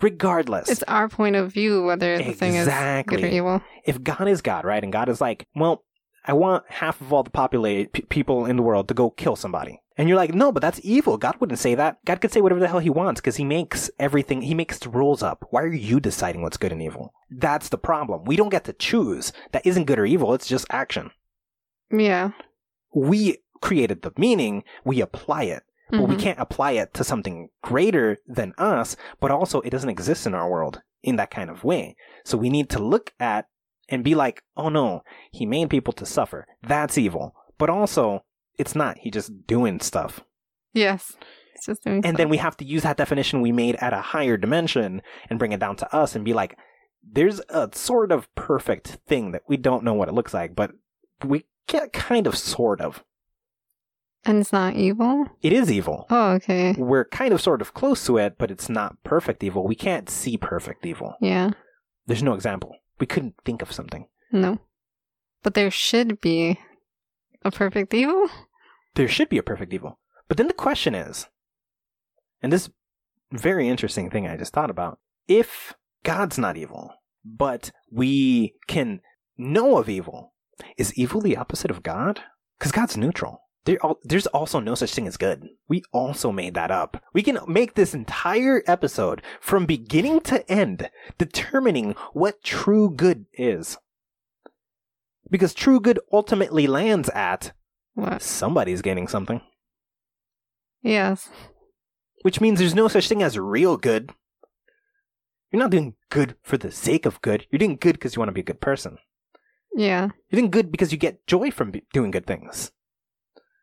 regardless
It's our point of view whether the thing is good or
Exactly.
evil.
if God is God, right, and God is like, well, I want half of all the populate p- people in the world to go kill somebody. And you're like, no, but that's evil. God wouldn't say that. God could say whatever the hell he wants because he makes everything, he makes the rules up. Why are you deciding what's good and evil? That's the problem. We don't get to choose. That isn't good or evil. It's just action.
Yeah.
We created the meaning. We apply it, but we
Mhm.
can't apply it to something greater than us. But also it doesn't exist in our world in that kind of way. So we need to look at and be like, oh no, he made people to suffer. That's evil. But also, it's not. He just doing stuff.
Yes. It's just doing
And then we have to use that definition we made at a higher dimension and bring it down to us and be like, there's a sort of perfect thing that we don't know what it looks like, but we get kind of sort of.
and it's not evil.
It is evil.
Oh, okay.
We're kind of sort of close to it, but it's not perfect evil. We can't see perfect evil.
Yeah.
There's no example. We couldn't think of something.
No. But there should be a perfect evil.
there should be a perfect evil. But then the question is, and this very interesting thing I just thought about if God's not evil, but we can know of evil, is evil the opposite of God? Because God's neutral. There, al- there's also no such thing as good. We also made that up. We can make this entire episode from beginning to end determining what true good is. Because true good ultimately lands at
What?
somebody's getting something.
Yes.
Which means there's no such thing as real good. You're not doing good for the sake of good. You're doing good because you want to be a good person.
Yeah.
You're doing good because you get joy from be- doing good things.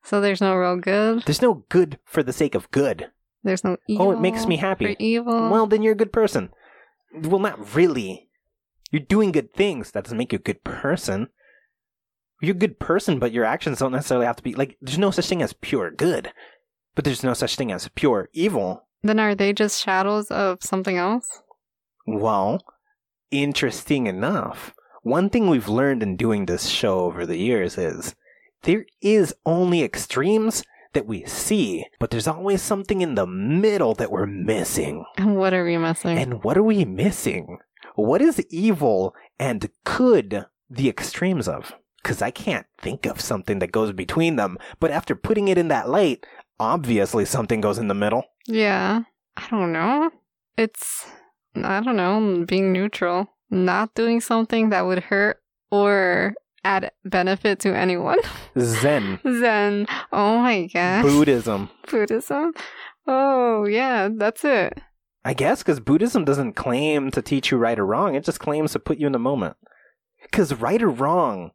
So there's no real good.
There's no good for the sake of good.
There's no evil.
Oh, it makes me happy.
For evil.
Well, then you're a good person. Well, not really. You're doing good things. That doesn't make you a good person. You're a good person, but your actions don't necessarily have to be like. There's no such thing as pure good, but there's no such thing as pure evil.
then are they just shadows of something else? [LAUGHS]
Well, interesting enough, one thing we've learned in doing this show over the years is there is only extremes that we see, but there's always something in the middle that we're missing.
And what are we missing?
And what are we missing? What is evil and could the extremes of? Because I can't think of something that goes between them, but after putting it in that light, obviously something goes in the middle.
Yeah. I don't know. It's, I don't know, being neutral, not doing something that would hurt or add benefit to anyone. [LAUGHS]
Zen,
Zen. Oh my gosh.
Buddhism.
Buddhism. Oh, yeah, that's it.
I guess because Buddhism doesn't claim to teach you right or wrong. It just claims to put you in the moment. Because right or wrong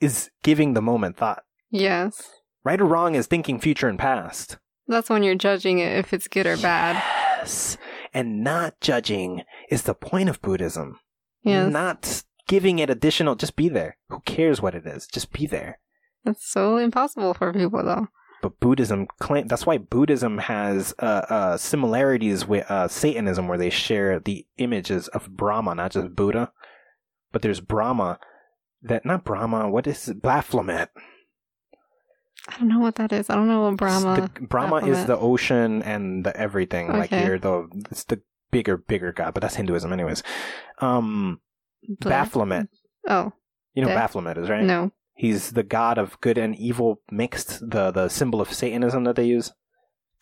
is giving the moment thought.
Yes.
Right or wrong is thinking future and past.
That's when you're judging it if it's good or bad.
Yes. And not judging is the point of Buddhism.
Yes.
Not giving it additional, just be there. Who cares what it is? Just be there.
That's so impossible for people, though.
But Buddhism claim that's why Buddhism has uh, uh, similarities with uh, Satanism, where they share the images of Brahma, not just Buddha. But there's Brahma that not Brahma. What is it? Baphomet?
I don't know what that is. I don't know what Brahma.
The, Brahma is
Baphomet.
the ocean and the everything. Like
Okay.
you're the it's the bigger, bigger god, but that's Hinduism, anyways. Um,
Bla-
Baphomet.
Oh
You know
That-
Baphomet is right.
no,
He's the god of good and evil mixed. The the symbol of Satanism that they use.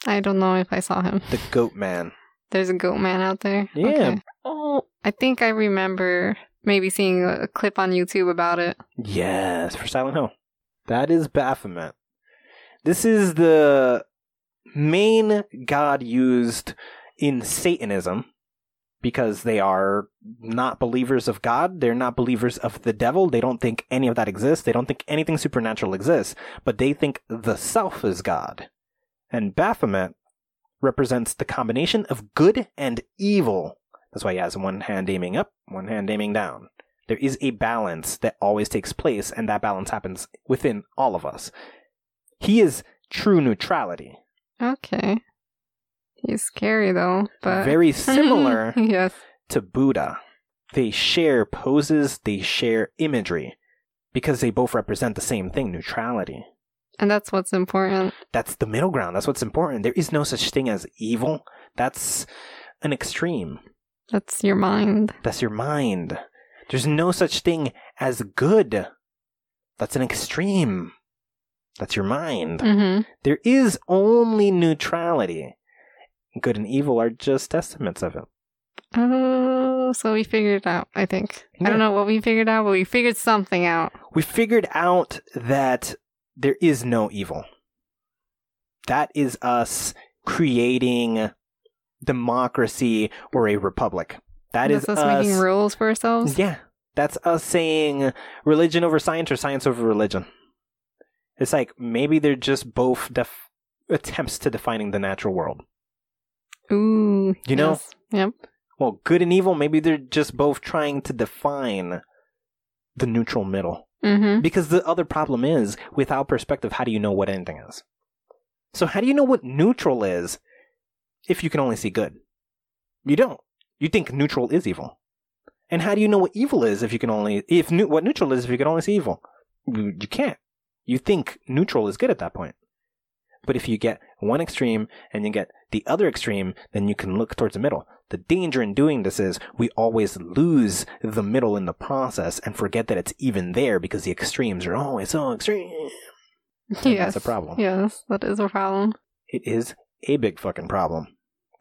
I don't know if I saw him.
The goat man.
There's a goat man out there.
Yeah.
Okay. Oh, I think I remember maybe seeing a, a clip on YouTube about it.
Yes, for Silent Hill. That is Baphomet. This is the main god used in Satanism because they are not believers of God. They're not believers of the devil. They don't think any of that exists. They don't think anything supernatural exists, but they think the self is God. And Baphomet represents the combination of good and evil. That's why he has one hand aiming up, one hand aiming down there is a balance that always takes place, and that balance happens within all of us. He is true neutrality.
Okay. He's scary though, but [LAUGHS]
Very similar
yes.
to Buddha. They share poses, they share imagery, because they both represent the same thing neutrality.
And that's what's important.
That's the middle ground. That's what's important. There is no such thing as evil. That's an extreme.
That's your mind.
That's your mind. There's no such thing as good. That's an extreme. That's your mind.
hmm
There is only neutrality. Good and evil are just estimates of it.
Oh, so we figured it out, I think. I
Yeah.
don't know what we figured out, but we figured something out.
We figured out that there is no evil. That is us creating democracy or a republic. That is
That's us making rules for ourselves.
Yeah. That's us saying religion over science or science over religion. It's like maybe they're just both def- attempts to defining the natural world.
Ooh.
You know-
yes. Yep.
well, good and evil, maybe they're just both trying to define the neutral middle.
Mm-hmm.
Because the other problem is, without perspective, how do you know what anything is? So, how do you know what neutral is if you can only see good? You don't. You think neutral is evil. And how do you know what evil is if you can only, if nu- what neutral is if you can only see evil? You, you can't. You think neutral is good at that point. But if you get one extreme and you get the other extreme, then you can look towards the middle. The danger in doing this is we always lose the middle in the process and forget that it's even there because the extremes are always so extreme. And
Yes.
That's a problem.
Yes, that is a problem.
It is a big fucking problem.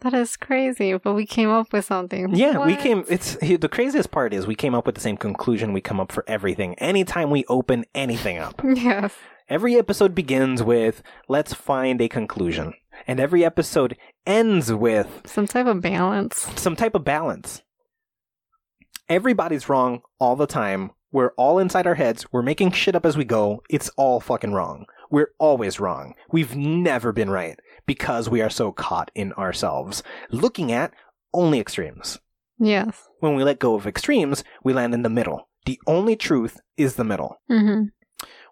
That is crazy, but we came up with something.
Yeah, we
What?
came. It's the craziest part is we came up with the same conclusion we come up for everything. Anytime we open anything up,
Yes.
Every episode begins with, let's find a conclusion. And every episode ends with
Some type of balance.
some type of balance. Everybody's wrong all the time. We're all inside our heads. We're making shit up as we go. It's all fucking wrong. We're always wrong. We've never been right because we are so caught in ourselves, looking at only extremes.
Yes.
When we let go of extremes, we land in the middle. The only truth is the middle
Mm-hmm.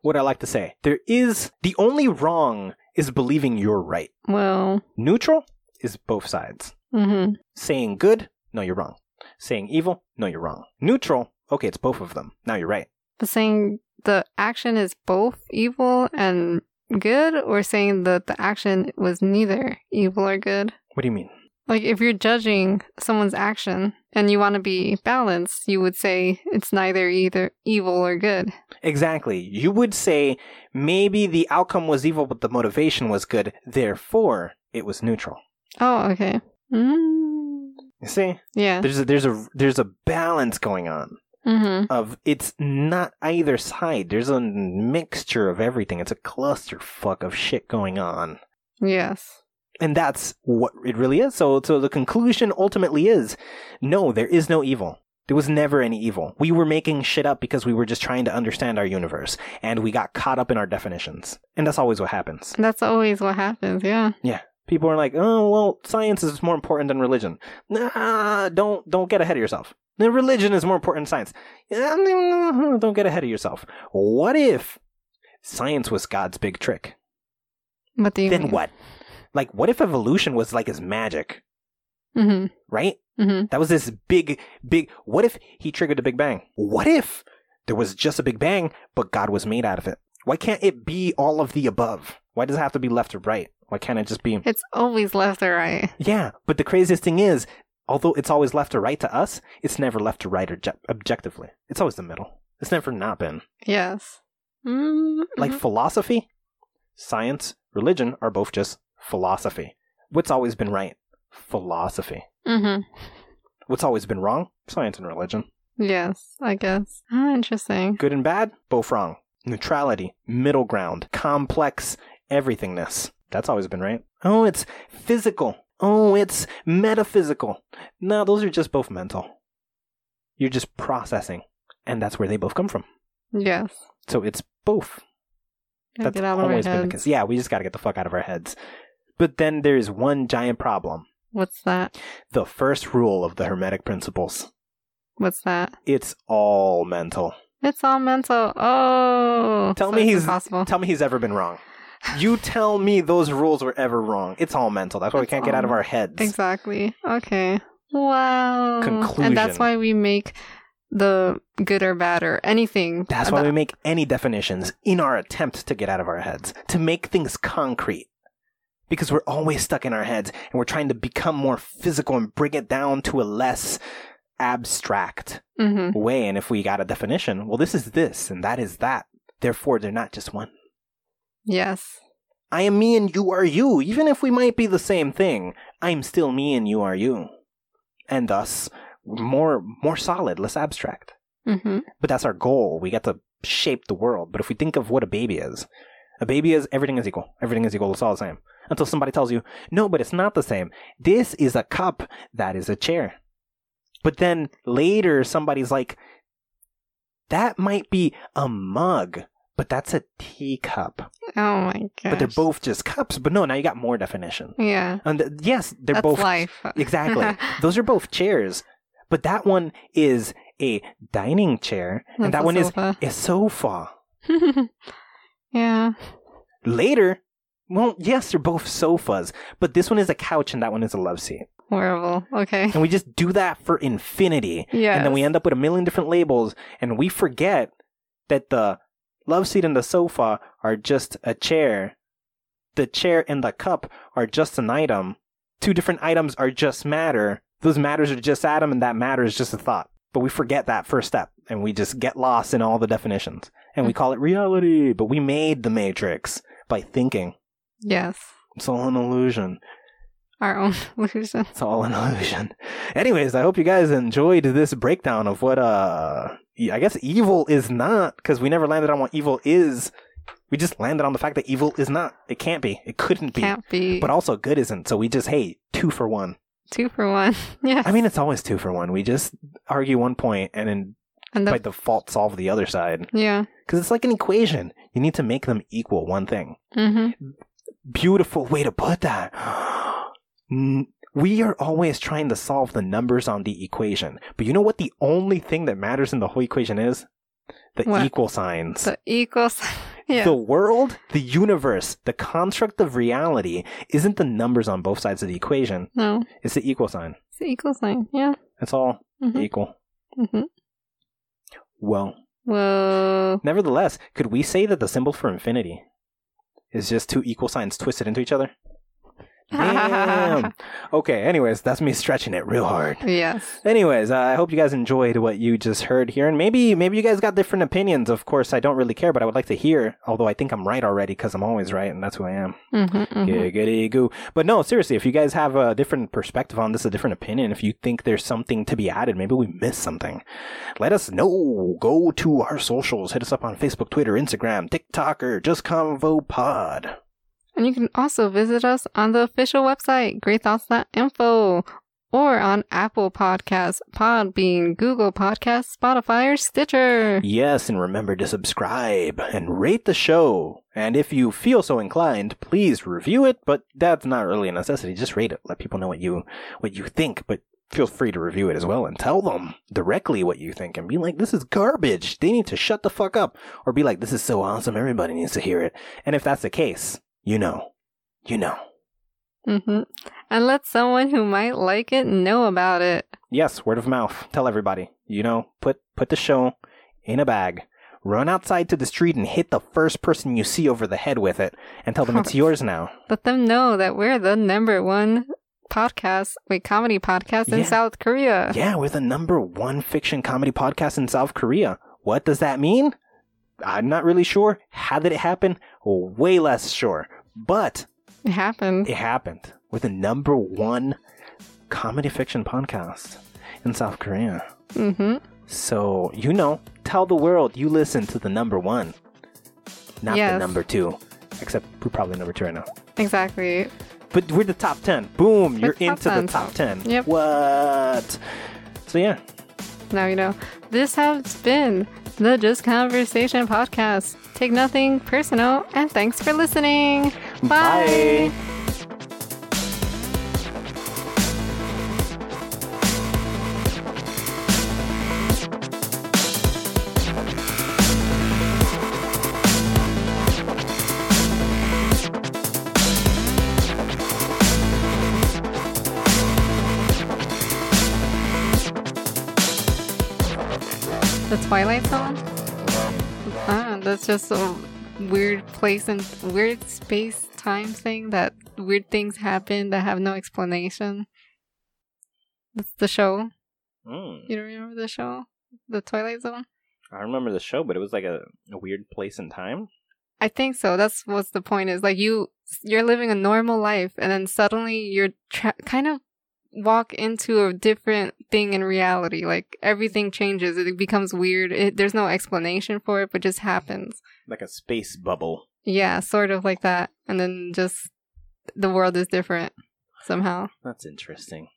what I like to say. There is the only wrong is believing you're right.
Well,
Neutral is both sides.
mm-hmm.
Saying good, no, you're wrong. Saying evil, no, you're wrong. Neutral, okay, it's both of them. Now you're right.
but saying the action is both evil and good, or saying that the action was neither evil or good.
What do you mean?
Like, if you're judging someone's action and you want to be balanced, you would say it's neither either evil or good.
Exactly. You would say maybe the outcome was evil, but the motivation was good. Therefore, it was neutral.
Oh, okay. Mm.
You see,
Yeah.
there's a, there's a there's a balance going on
Mm-hmm.
of it's not either side. There's a mixture of everything. It's a clusterfuck of shit going on.
Yes.
and that's what it really is. So, so the conclusion ultimately is, no, there is no evil. There was never any evil. We were making shit up because we were just trying to understand our universe, and we got caught up in our definitions. And that's always what
[LAUGHS]
happens.
That's always what happens. Yeah.
People are like, oh, well, science is more important than religion. Nah, don't don't get ahead of yourself. The Religion is more important than science. Yeah, no, no, no, Don't get ahead of yourself. What if science was God's big trick?
What do you
Then
mean?
what? Like, what if evolution was like his magic,
Mm-hmm.
right?
Mm-hmm.
That was this big, big. What if he triggered the Big Bang? What if There was just a big bang, but God was made out of it. Why can't it be all of the above? Why does it have to be left or right? Why can't it just be
It's always left or right.
yeah, but the craziest thing is, although it's always left or right to us, it's never left or right obje- objectively. It's always the middle. It's never not been.
Yes. mm
Like
mhm.
philosophy, science, religion are both just philosophy. What's always been right? Philosophy.
Mhm.
What's always been wrong? Science and religion.
Yes, I guess. Ah, interesting.
Good and bad? Both wrong. Neutrality, middle ground, complex everythingness. That's always been right. Oh, it's physical. Oh, it's metaphysical. No, those are just both mental. You're just processing. And that's where they both come from.
Yes.
So it's both.
Gotta
That's always been the case. Yeah, we just got to get the fuck out of our heads. But then there is one giant problem
What's that?
the first rule of the Hermetic Principles.
What's that?
It's all mental.
It's all mental. Oh.
Tell
so
me
it's
he's
impossible.
tell me he's ever been wrong. You tell me those rules were ever wrong. It's all mental. That's why we
It's
can't get
all-
out of our heads.
Exactly. Okay. Wow. And that's
Conclusion.
why we make the good or bad or anything.
That's why we make any definitions in our attempt to get out of our heads, to make things concrete. Because we're always stuck in our heads and we're trying to become more physical and bring it down to a less abstract
hmm
way. And if we got a definition, well, this is this and that is that. Therefore, they're not just one.
Yes.
I am me and you are you. Even if we might be the same thing, I'm still me and you are you. And thus, more more solid, less abstract.
hmm
But that's our goal. We got to shape the world. But if we think of what a baby is, a baby is everything is equal. Everything is equal. It's all the same. Until somebody tells you, no, but it's not the same. This is a cup. That is a chair. But then later, somebody's like, that might be a mug, but that's a teacup.
Oh my god.
But they're both just cups. But no, now you got more definition.
Yeah.
And th- yes, they're
Mm. That's
both
life.
[LAUGHS]
[LAUGHS]
exactly. Those are both chairs, but that one is a dining chair, and that
That's a
one
sofa. [LAUGHS]
is a sofa.
yeah.
Later, well, yes, they're both sofas, but this one is a couch and that one is a love seat,
Horrible. Okay.
and we just do that for infinity,
Yeah.
and then we end up with a million different labels, and we forget that the love seat and the sofa are just a chair. The chair and the cup are just an item. Two different items are just matter. Those matters are just atom, and that matter is just a thought. But we forget that first step, and we just get lost in all the definitions. And we call it reality, but we made the matrix by thinking.
Yes.
It's all an illusion.
Our own [LAUGHS] illusion.
It's all an [LAUGHS] illusion. Anyways, I hope you guys enjoyed this breakdown of what uh e- I guess evil is not because we never landed on what evil is. We just landed on the fact that evil is not. It can't be. It couldn't be.
Can't be
But also good isn't. So we just hey, two for one.
two for one. [LAUGHS] yeah.
I mean, it's always two for one. We just argue one point and then
and the,
by default solve the other side
[LAUGHS] yeah.
because it's like an equation. You need to make them equal one thing.
Mm-hmm.
beautiful way to put that. N- We are always trying to solve the numbers on the equation. But you know what the only thing that matters in the whole equation is? The
What?
equal signs.
So equals. [LAUGHS] yeah.
The world, the universe, the construct of reality isn't the numbers on both sides of the equation.
no.
It's the equal sign.
It's the equal sign. Yeah.
It's all
Mm-hmm.
equal.
Mm-hmm.
Well,
Whoa.
nevertheless, could we say that the symbol for infinity is just two equal signs twisted into each
[LAUGHS]
other? Damn. okay, anyways, that's me stretching it real hard.
Yes.
Anyways, uh, I hope you guys enjoyed what you just heard here, and maybe maybe you guys got different opinions. Of course, I don't really care, but I would like to hear. Although I think I'm right already because I'm always right, and that's who I am.
Mm-hmm,
Giggity goo. But no, seriously, if you guys have a different perspective on this, a different opinion, if you think there's something to be added, maybe we missed something, let us know. Go to our socials, hit us up on Facebook, Twitter, Instagram, TikTok, or just Convo Pod.
And you can also visit us on the official website, greatthoughts.info, or on Apple Podcasts, Podbean, Google Podcasts, Spotify, or [LAUGHS] Stitcher.
Yes, and remember to subscribe and rate the show. And if you feel so inclined, please review it, but that's not really a necessity. Just rate it. Let people know what you what you think, but feel free to review it as well and tell them directly what you think and be like, this is garbage. They need to shut the fuck up. Or be like, this is so awesome, everybody needs to hear it. And if that's the case, you know. You know.
hmm And let someone who might like it know about it.
Yes, word of mouth. Tell everybody. You know, put put the show in a bag. Run outside to the street and hit the first person you see over the head with it and tell them it's yours now.
Let them know that we're the number one podcast, wait, comedy podcast in
Yeah.
South Korea.
Yeah, we're the number one fiction comedy podcast in South Korea. What does that mean? I'm not really sure. How did it happen? Way less sure. But
It happened.
it happened. We're the number one comedy fiction podcast in South Korea.
Mm-hmm.
So, you know, tell the world you listen to the number one, not the
Yes.
number two. Except we're probably number two right now.
Exactly.
But we're the top 10. Boom, you're
top
into
10.
the top 10.
Yep.
What? So, yeah.
Now you know. This has been the Just Conversation podcast. Take nothing personal, and thanks for listening. Bye.
Bye.
The Twilight Zone. Ah, that's just a weird place and weird space time thing that weird things happen that have no explanation. That's the show.
Mm.
You don't remember the show? The Twilight Zone?
I remember the show, but it was like a, a weird place and time.
I think so. That's what's the point is like you you're living a normal life and then suddenly you're tra- kind of walk into a different thing in reality. Like everything changes. It becomes weird. It, there's no explanation for it, but just happens.
Like a space bubble.
Yeah, sort of like that. And then just the world is different somehow.
That's interesting.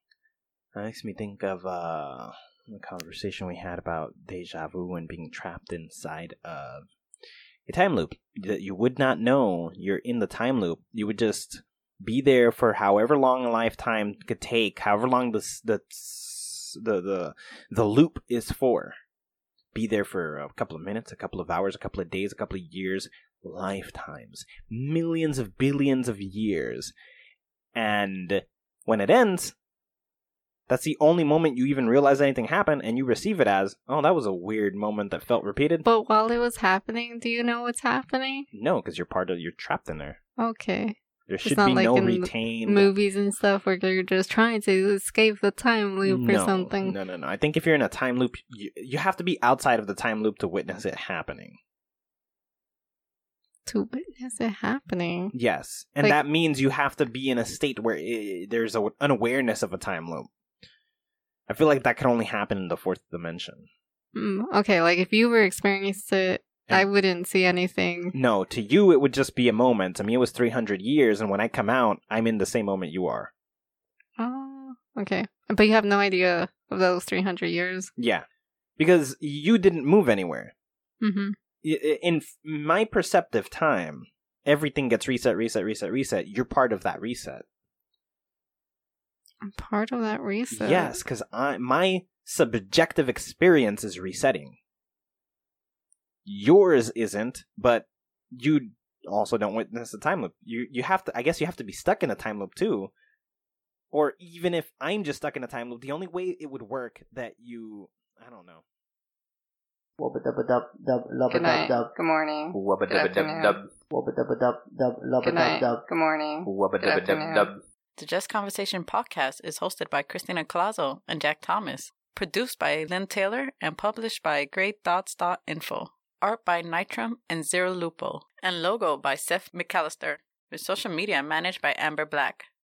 That makes me think of uh, the conversation we had about deja vu and being trapped inside of a time loop. That you would not know you're in the time loop. You would just be there for however long a lifetime could take, however long this the the the the loop is for. Be there for a couple of minutes, a couple of hours, a couple of days, a couple of years, lifetimes, millions of billions of years, and when it ends, that's the only moment you even realize anything happened, and you receive it as, "Oh, that was a weird moment that felt repeated."
But while it was happening, do you know what's happening?
No, because you're part of you're trapped in there.
Okay.
There should
not
be
like
no
in the
retained
Movies and stuff where you're just trying to escape the time loop
no,
or something.
No, no, no. I think if you're in a time loop, you, you have to be outside of the time loop to witness it happening.
To witness it happening.
Yes, and
Like-
that means you have to be in a state where i there's a, an awareness of a time loop. I feel like that can only happen in the fourth dimension.
Mm, okay, like if you were experiencing it, I
And-
wouldn't see anything.
No, to you it would just be a moment. To me, it was 300 years, and when I come out, I'm in the same moment you are.
Oh, okay. But you have no idea of those 300 years.
Yeah, because you didn't move anywhere.
Mm-hmm.
I- i- In f- my perceptive time, everything gets reset, reset, reset, reset. You're part of that reset.
I'm part of that research.
Yes, because my subjective experience is resetting. Yours isn't, but you also don't witness a time loop. You you have to. I guess you have to be stuck in a time loop too. Or even if I'm just stuck in a time loop, the only way it would work that you I don't know.
Wubba dubba dub dub lubba
Good night.
dub dub.
Good morning.
Wubba
Good afternoon.
Wubba dubba dub dub lubba
Good night.
dub dub.
Good morning.
Wubba
Good
dubba dub
afternoon.
dub.
The Just Conversation podcast is hosted by Christina Colazo and Jack Thomas, produced by Lynn Taylor, and published by GreatThoughts.info. Art by Nitram and Zero Lupo, and logo by Seth McAllister, with social media managed by Amber Black.